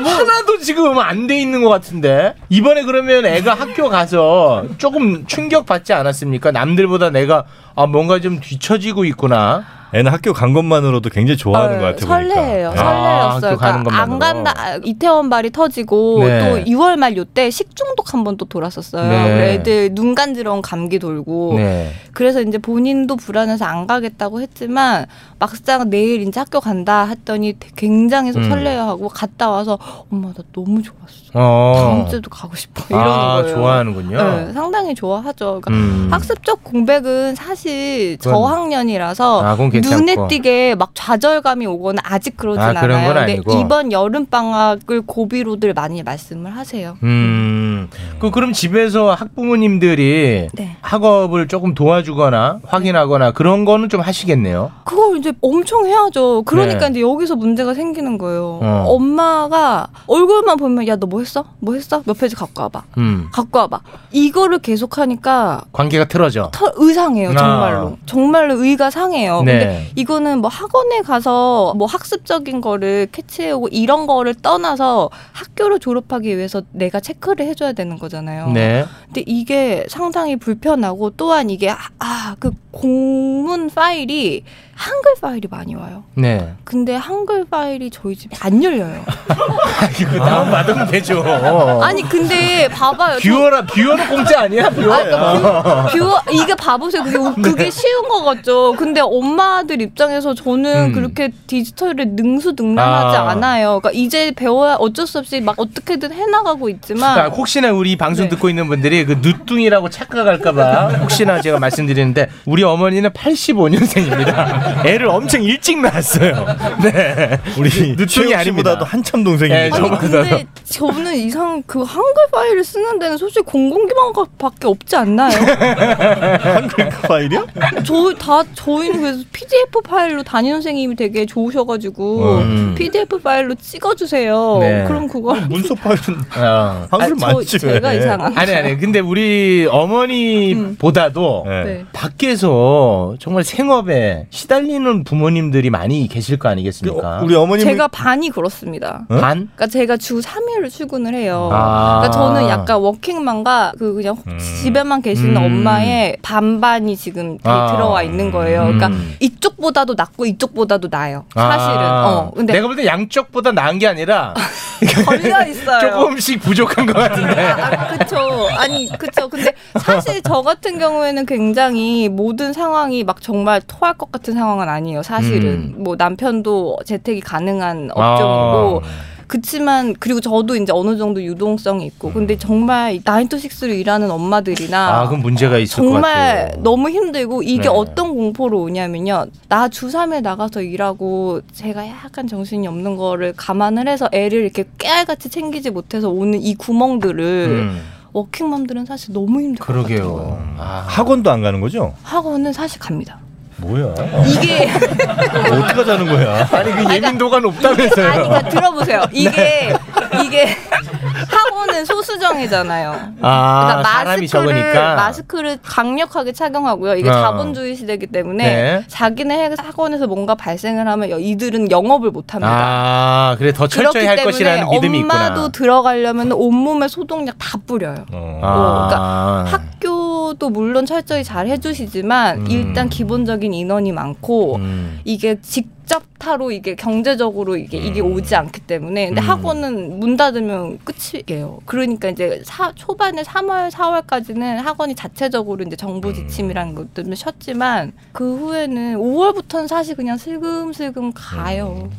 Speaker 10: 뭐?
Speaker 3: 하나도 지금 안 돼 있는 것 같은데 이번에 그러면 애가 학교 가서 조금 충격 받지 않았습니까? 남들보다 내가 아 뭔가 좀 뒤처지고 있구나.
Speaker 2: 애는 학교 간 것만으로도 굉장히 좋아하는 것 같아 보니까.
Speaker 10: 어, 설레예요.
Speaker 2: 네.
Speaker 10: 설레였어요.
Speaker 2: 학교 가는
Speaker 10: 그러니까 안
Speaker 2: 것만으로.
Speaker 10: 간다. 아, 이태원 발이 터지고
Speaker 2: 네.
Speaker 10: 또 6월 말 요때 식중독 한 번 또 돌았었어요.
Speaker 3: 네.
Speaker 10: 그래서 애들 눈 간지러운 감기 돌고.
Speaker 3: 네.
Speaker 10: 그래서 이제 본인도 불안해서 안 가겠다고 했지만 막상 내일 이제 학교 간다 했더니 되- 굉장히
Speaker 3: 음.
Speaker 10: 설레어하고 갔다 와서 엄마 나 너무 좋았어.
Speaker 3: 어.
Speaker 10: 다음 주에도 가고 싶어. 이러는
Speaker 3: 아,
Speaker 10: 거예요.
Speaker 3: 좋아하는군요.
Speaker 10: 네, 상당히 좋아하죠. 그러니까
Speaker 3: 음.
Speaker 10: 학습적 공백은 사실
Speaker 3: 그건-
Speaker 10: 저학년이라서
Speaker 3: 아, 그건 괜찮고.
Speaker 10: 어, 눈에 띄게 막 좌절감이 오거나 아직 그러진
Speaker 3: 아, 그런 건
Speaker 10: 않아요. 근데
Speaker 3: 아니고.
Speaker 10: 이번 여름 방학을 고비로들 많이 말씀을 하세요.
Speaker 3: 음. 그 그럼 집에서 학부모님들이
Speaker 10: 네.
Speaker 3: 학업을 조금 도와주거나 확인하거나 그런 거는 좀 하시겠네요.
Speaker 10: 그걸 이제 엄청 해야죠. 그러니까
Speaker 3: 네.
Speaker 10: 이제 여기서 문제가 생기는 거예요.
Speaker 3: 어.
Speaker 10: 엄마가 얼굴만 보면 야 너 뭐 했어? 뭐 했어? 몇 페이지 갖고 와봐.
Speaker 3: 음.
Speaker 10: 갖고 와봐. 이거를 계속 하니까
Speaker 3: 관계가 틀어져.
Speaker 10: 터, 의상해요
Speaker 3: 아.
Speaker 10: 정말로 정말로 의가 상해요
Speaker 3: 네.
Speaker 10: 근데 이거는 뭐 학원에 가서 뭐 학습적인 거를 캐치해오고 이런 거를 떠나서 학교를 졸업하기 위해서 내가 체크를 해줘야 되는 거잖아요
Speaker 3: 네.
Speaker 10: 근데 이게 상당히 불편하고 또한 이게 아 그 공문 파일이 한글 파일이 많이 와요
Speaker 3: 네.
Speaker 10: 근데 한글 파일이 저희 집에 안 열려요
Speaker 3: 아, 이거 다운 받으면 되죠.
Speaker 10: 아.
Speaker 3: 어.
Speaker 10: 아니 근데 봐봐요 저-
Speaker 3: 뷰어라 뷰어는 공짜 아니야? 뷰어.
Speaker 10: 아, 그러니까 뷰, 뷰어 이게 봐보세요. 그게, 우-
Speaker 3: 네.
Speaker 10: 그게 쉬운 거 같죠. 근데 엄마들 입장에서 저는
Speaker 3: 음.
Speaker 10: 그렇게 디지털에 능수능란하지
Speaker 3: 아.
Speaker 10: 않아요. 그러니까 이제 배워야 어쩔 수 없이 막 어떻게든 해나가고 있지만
Speaker 3: 그러니까 혹시나 우리
Speaker 10: 네.
Speaker 3: 방송 듣고 있는 분들이 그 누뚱이라고 착각할까봐 혹시나 제가 말씀드리는데 우리 어머니는 85년생입니다. 애를 엄청 일찍 낳았어요. 네, 우리 누뚱이 아닙니다. 네,
Speaker 2: 한참
Speaker 3: 동생입니다.
Speaker 10: 아니 근데 저는 이상 그 한글 파일을 쓰는 데는 솔직히 공공기관밖에 없지 않나요?
Speaker 2: 한글 그 파일이요?
Speaker 10: 저희 다 저희는 그래서 PDF 파일로 담임 선생님이 되게 좋으셔가지고
Speaker 2: 음.
Speaker 10: PDF 파일로 찍어주세요.
Speaker 3: 네.
Speaker 10: 그럼 그걸
Speaker 2: 문서 파일은
Speaker 3: 어.
Speaker 10: 한글 아, 저- 맞지. 제가
Speaker 2: 네.
Speaker 10: 이상한
Speaker 3: 아니 아니 근데 우리 어머니보다도
Speaker 10: 네.
Speaker 3: 밖에서 정말 생업에 시달리는 부모님들이 많이 계실 거
Speaker 2: 그, 어,
Speaker 3: 아니겠습니까? 뭐
Speaker 10: 제가 반이 그렇습니다.
Speaker 3: 그, 어? 반?
Speaker 10: 그러니까 제가 주 3일을 출근을 해요.
Speaker 3: 아.
Speaker 10: 그러니까 저는 약간 워킹맘과 그 그냥 집에만 계시는
Speaker 3: 음.
Speaker 10: 엄마의 반반이 지금
Speaker 3: 아.
Speaker 10: 들어와 있는 거예요. 그러니까
Speaker 3: 음.
Speaker 10: 이쪽보다도 낫고 이쪽보다도 나요.
Speaker 3: 아.
Speaker 10: 사실은. 어. 근데
Speaker 3: 내가 볼 때 양쪽보다 나은 게 아니라
Speaker 10: 걸려 있어요. 아,
Speaker 3: 조금씩 부족한 것 같은데.
Speaker 10: 그쵸. 아니, 그쵸. 근데 사실 저 같은 경우에는 굉장히 모든 상황이 막 정말 토할 것 같은 상황은 아니에요. 사실은.
Speaker 3: 음.
Speaker 10: 뭐 남편도 재택이 가능한
Speaker 3: 아.
Speaker 10: 업종이고.
Speaker 2: 아,
Speaker 10: 그치만 그리고 저도 이제 어느 정도 유동성이 있고 근데 정말 나인투식스로 일하는 엄마들이나
Speaker 3: 음. 아, 그럼 문제가 있을 것
Speaker 10: 정말
Speaker 3: 같아요.
Speaker 10: 너무 힘들고 이게
Speaker 3: 네.
Speaker 10: 어떤 공포로 오냐면요 나 주삼에 나가서 일하고 제가 약간 정신이 없는 거를 감안을 해서 애를 이렇게 깨알같이 챙기지 못해서 오는 이 구멍들을
Speaker 3: 음.
Speaker 10: 워킹맘들은 사실 너무 힘들 것 같아요
Speaker 2: 그러게요. 학원도 안 가는 거죠?
Speaker 10: 학원은 사실 갑니다
Speaker 2: 뭐야?
Speaker 3: 어.
Speaker 10: 이게
Speaker 2: 어떻게 하자는 거야?
Speaker 3: 아니 그 예민도가 높다면서요. 네.
Speaker 10: 그러니까 아니 그러니까 들어보세요 이게 이게 학원은 소수정이잖아요
Speaker 3: 아,
Speaker 10: 그러니까
Speaker 3: 사람이
Speaker 10: 마스크를
Speaker 3: 적으니까.
Speaker 10: 마스크를 강력하게 착용하고요. 이게
Speaker 3: 어.
Speaker 10: 자본주의 시대이기 때문에
Speaker 3: 네.
Speaker 10: 자기네 학원에서 뭔가 발생을 하면 여- 이들은 영업을 못합니다.
Speaker 3: 아, 그래 더 철저히 할 것이라는 믿음이 있구나.
Speaker 10: 엄마도 들어가려면 온몸에 소독약 다 뿌려요.
Speaker 2: 어.
Speaker 3: 아.
Speaker 10: 그러니까 학교도 물론 철저히 잘 해주시지만
Speaker 3: 음.
Speaker 10: 일단 기본적인 인원이 많고 이게 직접 타로 이게 경제적으로 이게 이게 오지 않기 때문에 근데
Speaker 7: 음.
Speaker 10: 학원은 문 닫으면 끝이에요. 그러니까 이제 사- 초반에 3월 4월까지는 학원이 자체적으로 이제 정부 지침이라는 것 때문에 쉬었지만 그 후에는 5월부터는 사실 그냥 슬금슬금 가요.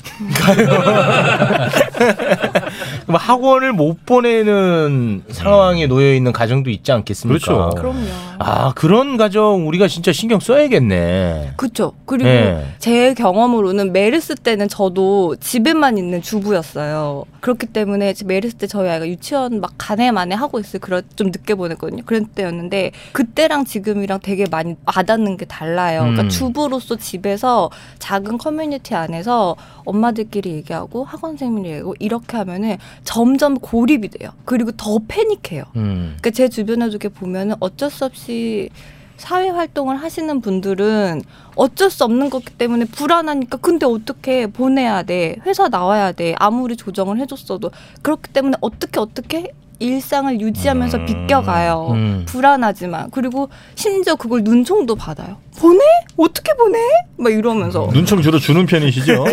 Speaker 3: 그럼 학원을 못 보내는 상황에
Speaker 2: 음.
Speaker 3: 놓여 있는 가정도 있지 않겠습니까?
Speaker 10: 그렇죠. 그럼요.
Speaker 3: 아, 그런 가정 우리가 진짜 신경 써야겠네.
Speaker 10: 그쵸. 그리고
Speaker 3: 네.
Speaker 10: 제 경험으로는 메르스 때는 저도 집에만 있는 주부였어요. 그렇기 때문에 메르스 때 저희 아이가 유치원 막 간에 만에 하고 있을 그런 좀 늦게 보냈거든요. 그런 때였는데 그때랑 지금이랑 되게 많이 와닿는 게 달라요. 그러니까
Speaker 7: 음.
Speaker 10: 주부로서 집에서 작은 커뮤니티 안에서 엄마들끼리 얘기하고 학원생들이 얘기하고 이렇게 하면은 점점 고립이 돼요. 그리고 더 패닉해요.
Speaker 3: 음.
Speaker 10: 그러니까 제 주변에도 이렇게 보면은 어쩔 수 없이 사회 활동을 하시는 분들은 어쩔 수 없는 거기 때문에 불안하니까 근데 어떻게 보내야 돼 회사 나와야 돼 아무리 조정을 해줬어도 그렇기 때문에 어떻게 어떻게 일상을 유지하면서 비껴가요
Speaker 7: 음.
Speaker 10: 불안하지만 그리고 심지어 그걸 눈총도 받아요 보내 어떻게 보내 막 이러면서
Speaker 2: 눈총 주로 주는 편이시죠?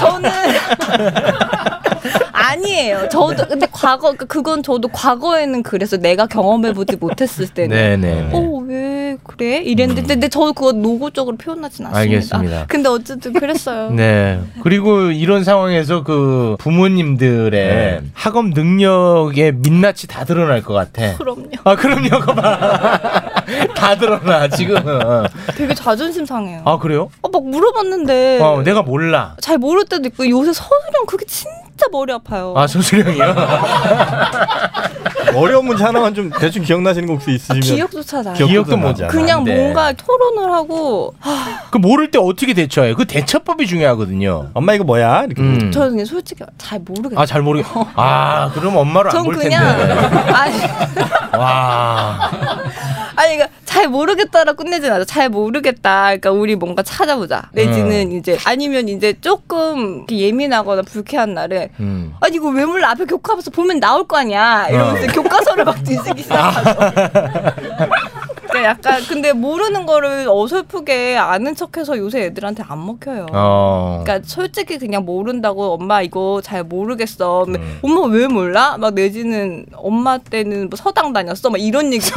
Speaker 10: 저는 아니에요. 저도 근데 과거 그건 저도 과거에는 그래서 내가 경험해보지 못했을 때는
Speaker 3: 네네. 음.
Speaker 10: 어왜 그래 이랬는데 근데 저 그거 노골적으로 표현하진 않습니다.
Speaker 3: 알겠습니다.
Speaker 10: 근데 어쨌든 그랬어요.
Speaker 3: 네. 그리고 이런 상황에서 그 부모님들의
Speaker 2: 네.
Speaker 3: 학업 능력의 민낯이 다 드러날 것 같아.
Speaker 10: 그럼요.
Speaker 3: 아, 그럼요. 그거 봐. 다 드러나, 지금.
Speaker 10: 되게 자존심 상해요.
Speaker 3: 아, 그래요?
Speaker 10: 어, 막 물어봤는데
Speaker 3: 어, 내가 몰라.
Speaker 10: 잘 모를 때도 있고 요새 서술형 그게 진짜 진짜 머리 아파요.
Speaker 3: 아 소수령이요?
Speaker 2: 어려운 문제 하나만 좀 대충 기억나시는 거 혹시 있으시면
Speaker 10: 아, 기억조차 나요.
Speaker 3: 기억도 못
Speaker 10: 그냥
Speaker 3: 안 돼.
Speaker 10: 뭔가 토론을 하고 아,
Speaker 3: 그 모를 때 어떻게 대처해요? 그 대처법이 중요하거든요.
Speaker 2: 엄마 이거 뭐야? 이렇게.
Speaker 3: 음.
Speaker 10: 저는 그냥 솔직히 잘 모르겠어요.
Speaker 3: 아 잘 모르겠. 아 그럼 엄마를 안
Speaker 10: 전
Speaker 3: 볼 텐데.
Speaker 10: 그냥 아니
Speaker 3: 와.
Speaker 10: 아니 그러니까 잘 모르겠다라 끝내진 않아. 잘 모르겠다. 그러니까 우리 뭔가 찾아보자. 내지는
Speaker 3: 음.
Speaker 10: 이제 아니면 이제 조금 이렇게 예민하거나 불쾌한 날에
Speaker 3: 음.
Speaker 10: 아니 이거 왜 몰라 앞에 교과서 보면 나올 거 아니야 이러면서
Speaker 3: 어.
Speaker 10: 교과서를 막 뒤지기 시작하고 그러니까 약간 근데 모르는 거를 어설프게 아는 척해서 요새 애들한테 안 먹혀요.
Speaker 3: 어.
Speaker 10: 그러니까 솔직히 그냥 모른다고 엄마 이거 잘 모르겠어. 음.
Speaker 3: 음.
Speaker 10: 엄마 왜 몰라? 막 내지는 엄마 때는 뭐 서당 다녔어. 막 이런 얘기를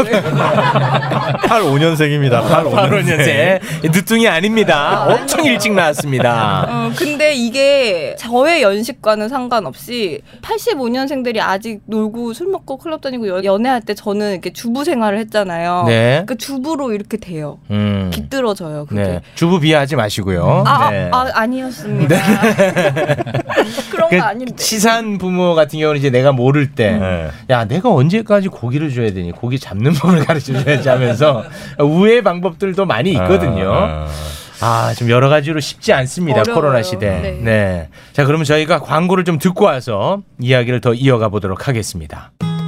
Speaker 2: 85년생입니다.
Speaker 3: 85년생. 늦둥이 아닙니다. 엄청 일찍 나왔습니다.
Speaker 10: 어, 근데 이게 저의 연식과는 상관없이 85년생들이 아직 놀고 술 먹고 클럽 다니고 연- 연애할 때 저는 이렇게 주부 생활을 했잖아요.
Speaker 3: 네.
Speaker 10: 그 주부로 이렇게 돼요.
Speaker 3: 음.
Speaker 10: 깃들어져요. 그게.
Speaker 3: 네. 주부 비하하지 마시고요.
Speaker 10: 아,
Speaker 3: 네.
Speaker 10: 아, 아, 아니었습니다. 그런 거
Speaker 3: 그
Speaker 10: 아닌데.
Speaker 3: 치사한 부모 같은 경우는 이제 내가 모를 때,
Speaker 12: 네.
Speaker 2: 예.
Speaker 3: 야 내가 언제까지 고기를 줘야 되니 고기 잡는 법을 가르쳐 줘야지 하면서 우회 방법들도 많이 있거든요.
Speaker 2: 아,
Speaker 3: 아, 좀 여러 가지로 쉽지 않습니다.
Speaker 2: 어려워요.
Speaker 3: 코로나 시대.
Speaker 2: 네.
Speaker 3: 네. 자, 그러면 저희가 광고를 좀 듣고 와서 이야기를 더 이어가 보도록 하겠습니다.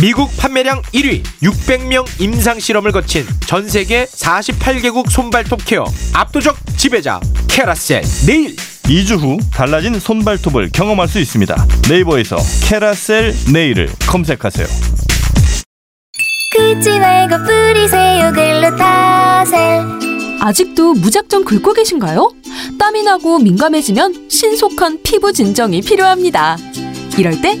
Speaker 12: 미국 판매량 1위 600명 임상 실험을 거친 전 세계 48개국 손발톱 케어 압도적 지배자 캐라셀
Speaker 2: 네일 2주 후 달라진 손발톱을 경험할 수 있습니다 네이버에서 캐라셀 네일을 검색하세요
Speaker 7: 긁지 말고 뿌리세요 글루타셀
Speaker 13: 아직도 무작정 긁고 계신가요? 땀이 나고 민감해지면 신속한 피부 진정이 필요합니다. 이럴 때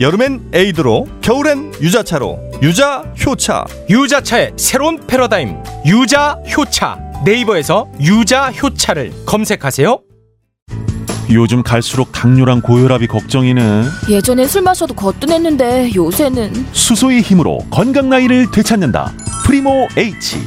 Speaker 2: 여름엔 에이드로, 겨울엔 유자차로. 유자 효차.
Speaker 12: 유자차의 새로운 패러다임 유자 효차 네이버에서 유자 효차를 검색하세요.
Speaker 14: 요즘 갈수록 당뇨랑 고혈압이 걱정이네.
Speaker 15: 예전에 술 마셔도 거뜬했는데 요새는
Speaker 14: 수소의 힘으로 건강 나이를 되찾는다. 프리모 H.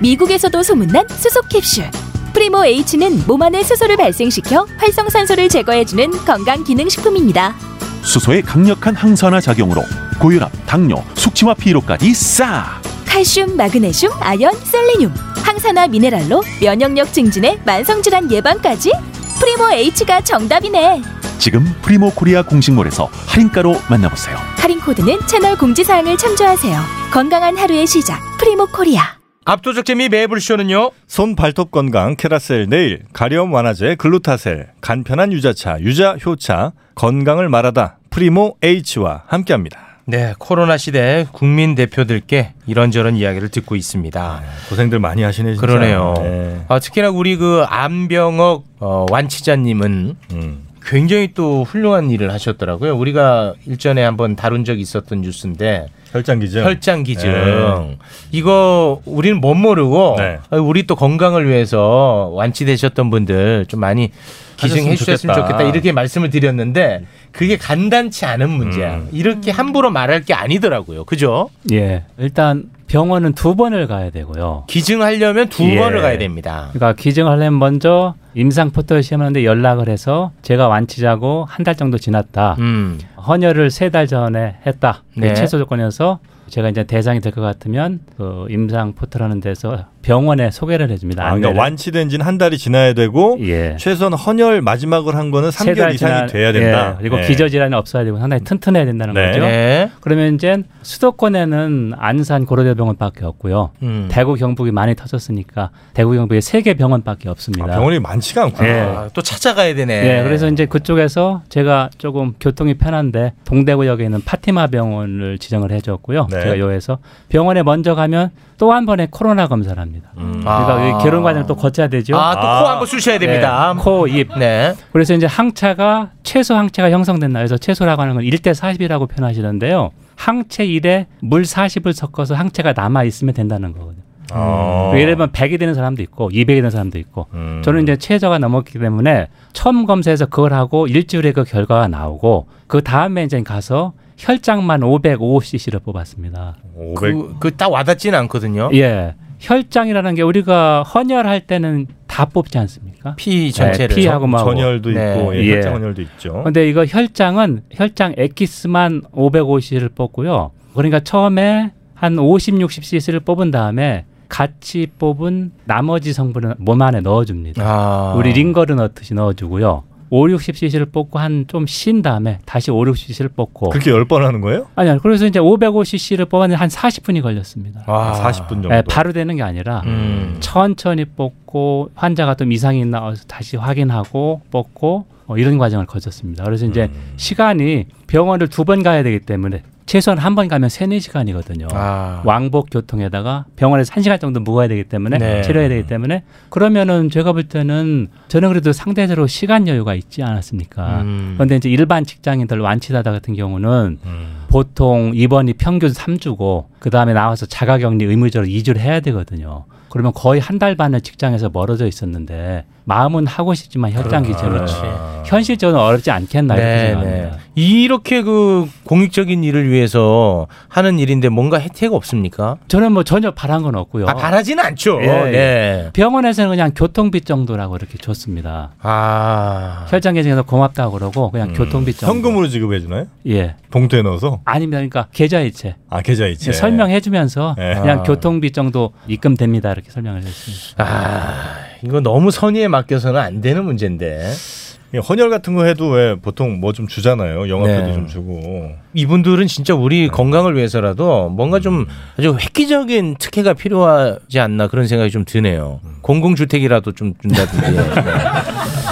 Speaker 1: 미국에서도 소문난 수소 캡슐. 프리모 H는 몸 안에 수소를 발생시켜 활성산소를 제거해주는 건강 기능 식품입니다.
Speaker 14: 수소의 강력한 항산화 작용으로 고혈압, 당뇨, 숙취와 피로까지 싹.
Speaker 1: 칼슘, 마그네슘, 아연, 셀레늄, 항산화 미네랄로 면역력 증진에 만성질환 예방까지 프리모 H가 정답이네.
Speaker 14: 지금 프리모 코리아 공식몰에서 할인가로 만나보세요.
Speaker 1: 할인 코드는 채널 공지사항을 참조하세요. 건강한 하루의 시작, 프리모 코리아.
Speaker 12: 압도적 재미 매불쇼는요.
Speaker 2: 손 발톱 건강 캐라셀 네일, 가려움 완화제 글루타셀, 간편한 유자차, 유자 효차, 건강을 말하다 프리모 H와 함께합니다.
Speaker 3: 네, 코로나 시대 국민 대표들께 이런저런 이야기를 듣고 있습니다.
Speaker 2: 고생들 많이 하시네 아, 진짜.
Speaker 3: 그러네요.
Speaker 2: 네.
Speaker 3: 아, 특히나 우리 그 안병옥 어, 완치자님은
Speaker 2: 음.
Speaker 3: 굉장히 또 훌륭한 일을 하셨더라고요. 우리가 일전에 한번 다룬 적이 있었던 뉴스인데
Speaker 2: 혈장 기증.
Speaker 3: 혈장 기증.
Speaker 2: 네.
Speaker 3: 이거 우리는 못 모르고
Speaker 2: 네.
Speaker 3: 아, 우리 또 건강을 위해서 완치되셨던 분들 좀 많이 기증해
Speaker 2: 하셨으면
Speaker 3: 주셨으면 좋겠다.
Speaker 2: 좋겠다.
Speaker 3: 이렇게 말씀을 드렸는데 그게 간단치 않은 문제야. 이렇게 함부로 말할 게 아니더라고요. 그죠?
Speaker 9: 예, 일단 병원은 두 번을 가야 되고요.
Speaker 3: 기증하려면 두
Speaker 9: 예.
Speaker 3: 번을 가야 됩니다.
Speaker 9: 그러니까 기증하려면 먼저 임상 포털 시험하는데 연락을 해서 제가 완치자고 한 달 정도 지났다.
Speaker 2: 음.
Speaker 3: 음.
Speaker 9: 헌혈을 세 달 전에 했다.
Speaker 3: 네.
Speaker 9: 이 최소 조건이어서 제가 이제 대상이 될 것 같으면 그 임상 포털 하는 데서 병원에 소개를 해줍니다.
Speaker 2: 아, 그러니까
Speaker 9: 안내를.
Speaker 2: 완치된 지는 한 달이 지나야 되고 최소한 헌혈 마지막으로 한 거는
Speaker 9: 예. 세달
Speaker 2: 3개월 이상이
Speaker 9: 지난-
Speaker 2: 돼야 된다.
Speaker 9: 예, 그리고
Speaker 2: 예.
Speaker 9: 기저질환이 없어야 되고 상당히 튼튼해야 된다는
Speaker 2: 네.
Speaker 9: 거죠.
Speaker 2: 네.
Speaker 9: 그러면 이제 수도권에는 안산 고려대병원밖에 없고요.
Speaker 2: 음.
Speaker 9: 대구 경북이 많이 터졌으니까 대구 경북에 세 개 병원밖에 없습니다.
Speaker 2: 아, 병원이 많지가 않구나.
Speaker 3: 아, 또 찾아가야 되네.
Speaker 9: 예, 그래서 이제 그쪽에서 제가 조금 교통이 편한데 동대구역에 있는 파티마 병원을 지정을 해줬고요.
Speaker 3: 네.
Speaker 9: 제가 요에서 병원에 먼저 가면 또 한 번의 코로나 검사를 합니다.
Speaker 2: 음.
Speaker 9: 그러니까
Speaker 3: 아.
Speaker 9: 이 결혼 과정을 또 거쳐야 되죠.
Speaker 3: 아, 또 코 한 번 쑤셔야 됩니다.
Speaker 9: 네, 코, 입. 그래서 이제 항체가 최소 항체가 형성된 날에서 최소라고 하는 건 1대 40이라고 표현하시는데요. 항체 1에 물 40을 섞어서 항체가 남아 있으면 된다는 거거든요.
Speaker 3: 어.
Speaker 2: 아.
Speaker 9: 음. 예를 들면 100이 되는 사람도 있고 200이 되는 사람도 있고 저는 이제 최저가 넘었기 때문에 처음 검사해서 그걸 하고 일주일에 그 결과가 나오고 그 다음에 이제 가서 혈장만 505cc를 뽑았습니다.
Speaker 2: 음.
Speaker 3: 그, 그 딱 와닿지는 않거든요.
Speaker 9: 예. 혈장이라는 게 우리가 헌혈할 때는 다 뽑지 않습니까?
Speaker 3: 피 전체를.
Speaker 9: 네, 피하고 막
Speaker 2: 전혈도 있고, 예, 혈장 헌혈도 있죠.
Speaker 9: 근데 이거 혈장은 혈장 액기스만 550을 뽑고요. 그러니까 처음에 한 50, 60cc를 뽑은 다음에 같이 뽑은 나머지 성분은 몸 안에 넣어줍니다.
Speaker 3: 아.
Speaker 2: 아.
Speaker 9: 우리 링거를 넣듯이 넣어주고요. 5, 60cc를 뽑고 한 좀 쉰 다음에 다시 5, 60cc를 뽑고
Speaker 2: 그렇게 10번 하는 거예요?
Speaker 9: 아니요. 그래서 이제 505cc를 뽑았는데 한 40분이 걸렸습니다.
Speaker 2: 아, 40분 정도. 음.
Speaker 9: 예, 바로 되는 게 아니라
Speaker 3: 음.
Speaker 9: 천천히 뽑고 환자가 좀 이상이 있나 해서 다시 확인하고 뽑고 어, 이런 과정을 거쳤습니다. 그래서 이제
Speaker 2: 음.
Speaker 9: 시간이 병원을 두 번 가야 되기 때문에 최소한 한 번 가면 세네 시간이거든요.
Speaker 2: 아,
Speaker 3: 아.
Speaker 9: 왕복 교통에다가 병원에서 한 시간 정도 묵어야 되기 때문에
Speaker 3: 네.
Speaker 9: 치료해야 되기 때문에 그러면은 제가 볼 때는 저는 그래도 상대적으로 시간 여유가 있지 않았습니까?
Speaker 3: 음.
Speaker 9: 아, 그런데 이제 일반 직장인들 완치자다 같은 경우는
Speaker 3: 음.
Speaker 9: 보통 입원이 평균 3주고 그 다음에 나와서 자가격리 의무적으로 2주를 해야 되거든요. 그러면 거의 한 달 반을 직장에서 멀어져 있었는데 마음은 하고 싶지만 혈장 기제로
Speaker 3: 그렇죠. 그렇지.
Speaker 9: 현실적으로 어렵지 않겠나 이렇게
Speaker 3: 네,
Speaker 9: 생각합니다.
Speaker 3: 네. 이렇게 그 공익적인 일을 위해서 하는 일인데 뭔가 혜택 없습니까?
Speaker 9: 저는 뭐 전혀 바란 건 없고요.
Speaker 3: 아, 바라진 않죠.
Speaker 9: 예, 예.
Speaker 3: 네.
Speaker 9: 병원에서는 그냥 교통비 정도라고 이렇게 줬습니다.
Speaker 3: 아.
Speaker 9: 혈장 계정에서 고맙다고 그러고 그냥 교통비 정도.
Speaker 2: 현금으로 지급해 주나요?
Speaker 9: 예.
Speaker 2: 봉투에 넣어서?
Speaker 9: 아닙니다. 그러니까 계좌이체.
Speaker 2: 아, 계좌이체.
Speaker 9: 설명해 주면서
Speaker 2: 예.
Speaker 9: 그냥
Speaker 2: 아.
Speaker 9: 교통비 정도 입금됩니다. 이렇게 설명을 했습니다.
Speaker 3: 아, 이거 너무 선의에 맡겨서는 안 되는 문제인데.
Speaker 2: 예, 헌혈 같은 거 해도 왜 보통 뭐 좀 주잖아요. 영화표도
Speaker 3: 네.
Speaker 2: 좀 주고.
Speaker 3: 이분들은 진짜
Speaker 9: 네.
Speaker 3: 우리 건강을 위해서라도 뭔가
Speaker 9: 음.
Speaker 3: 좀 아주 획기적인 특혜가 필요하지 않나 그런 생각이 좀 드네요.
Speaker 9: 음.
Speaker 3: 공공주택이라도 좀 준다든지.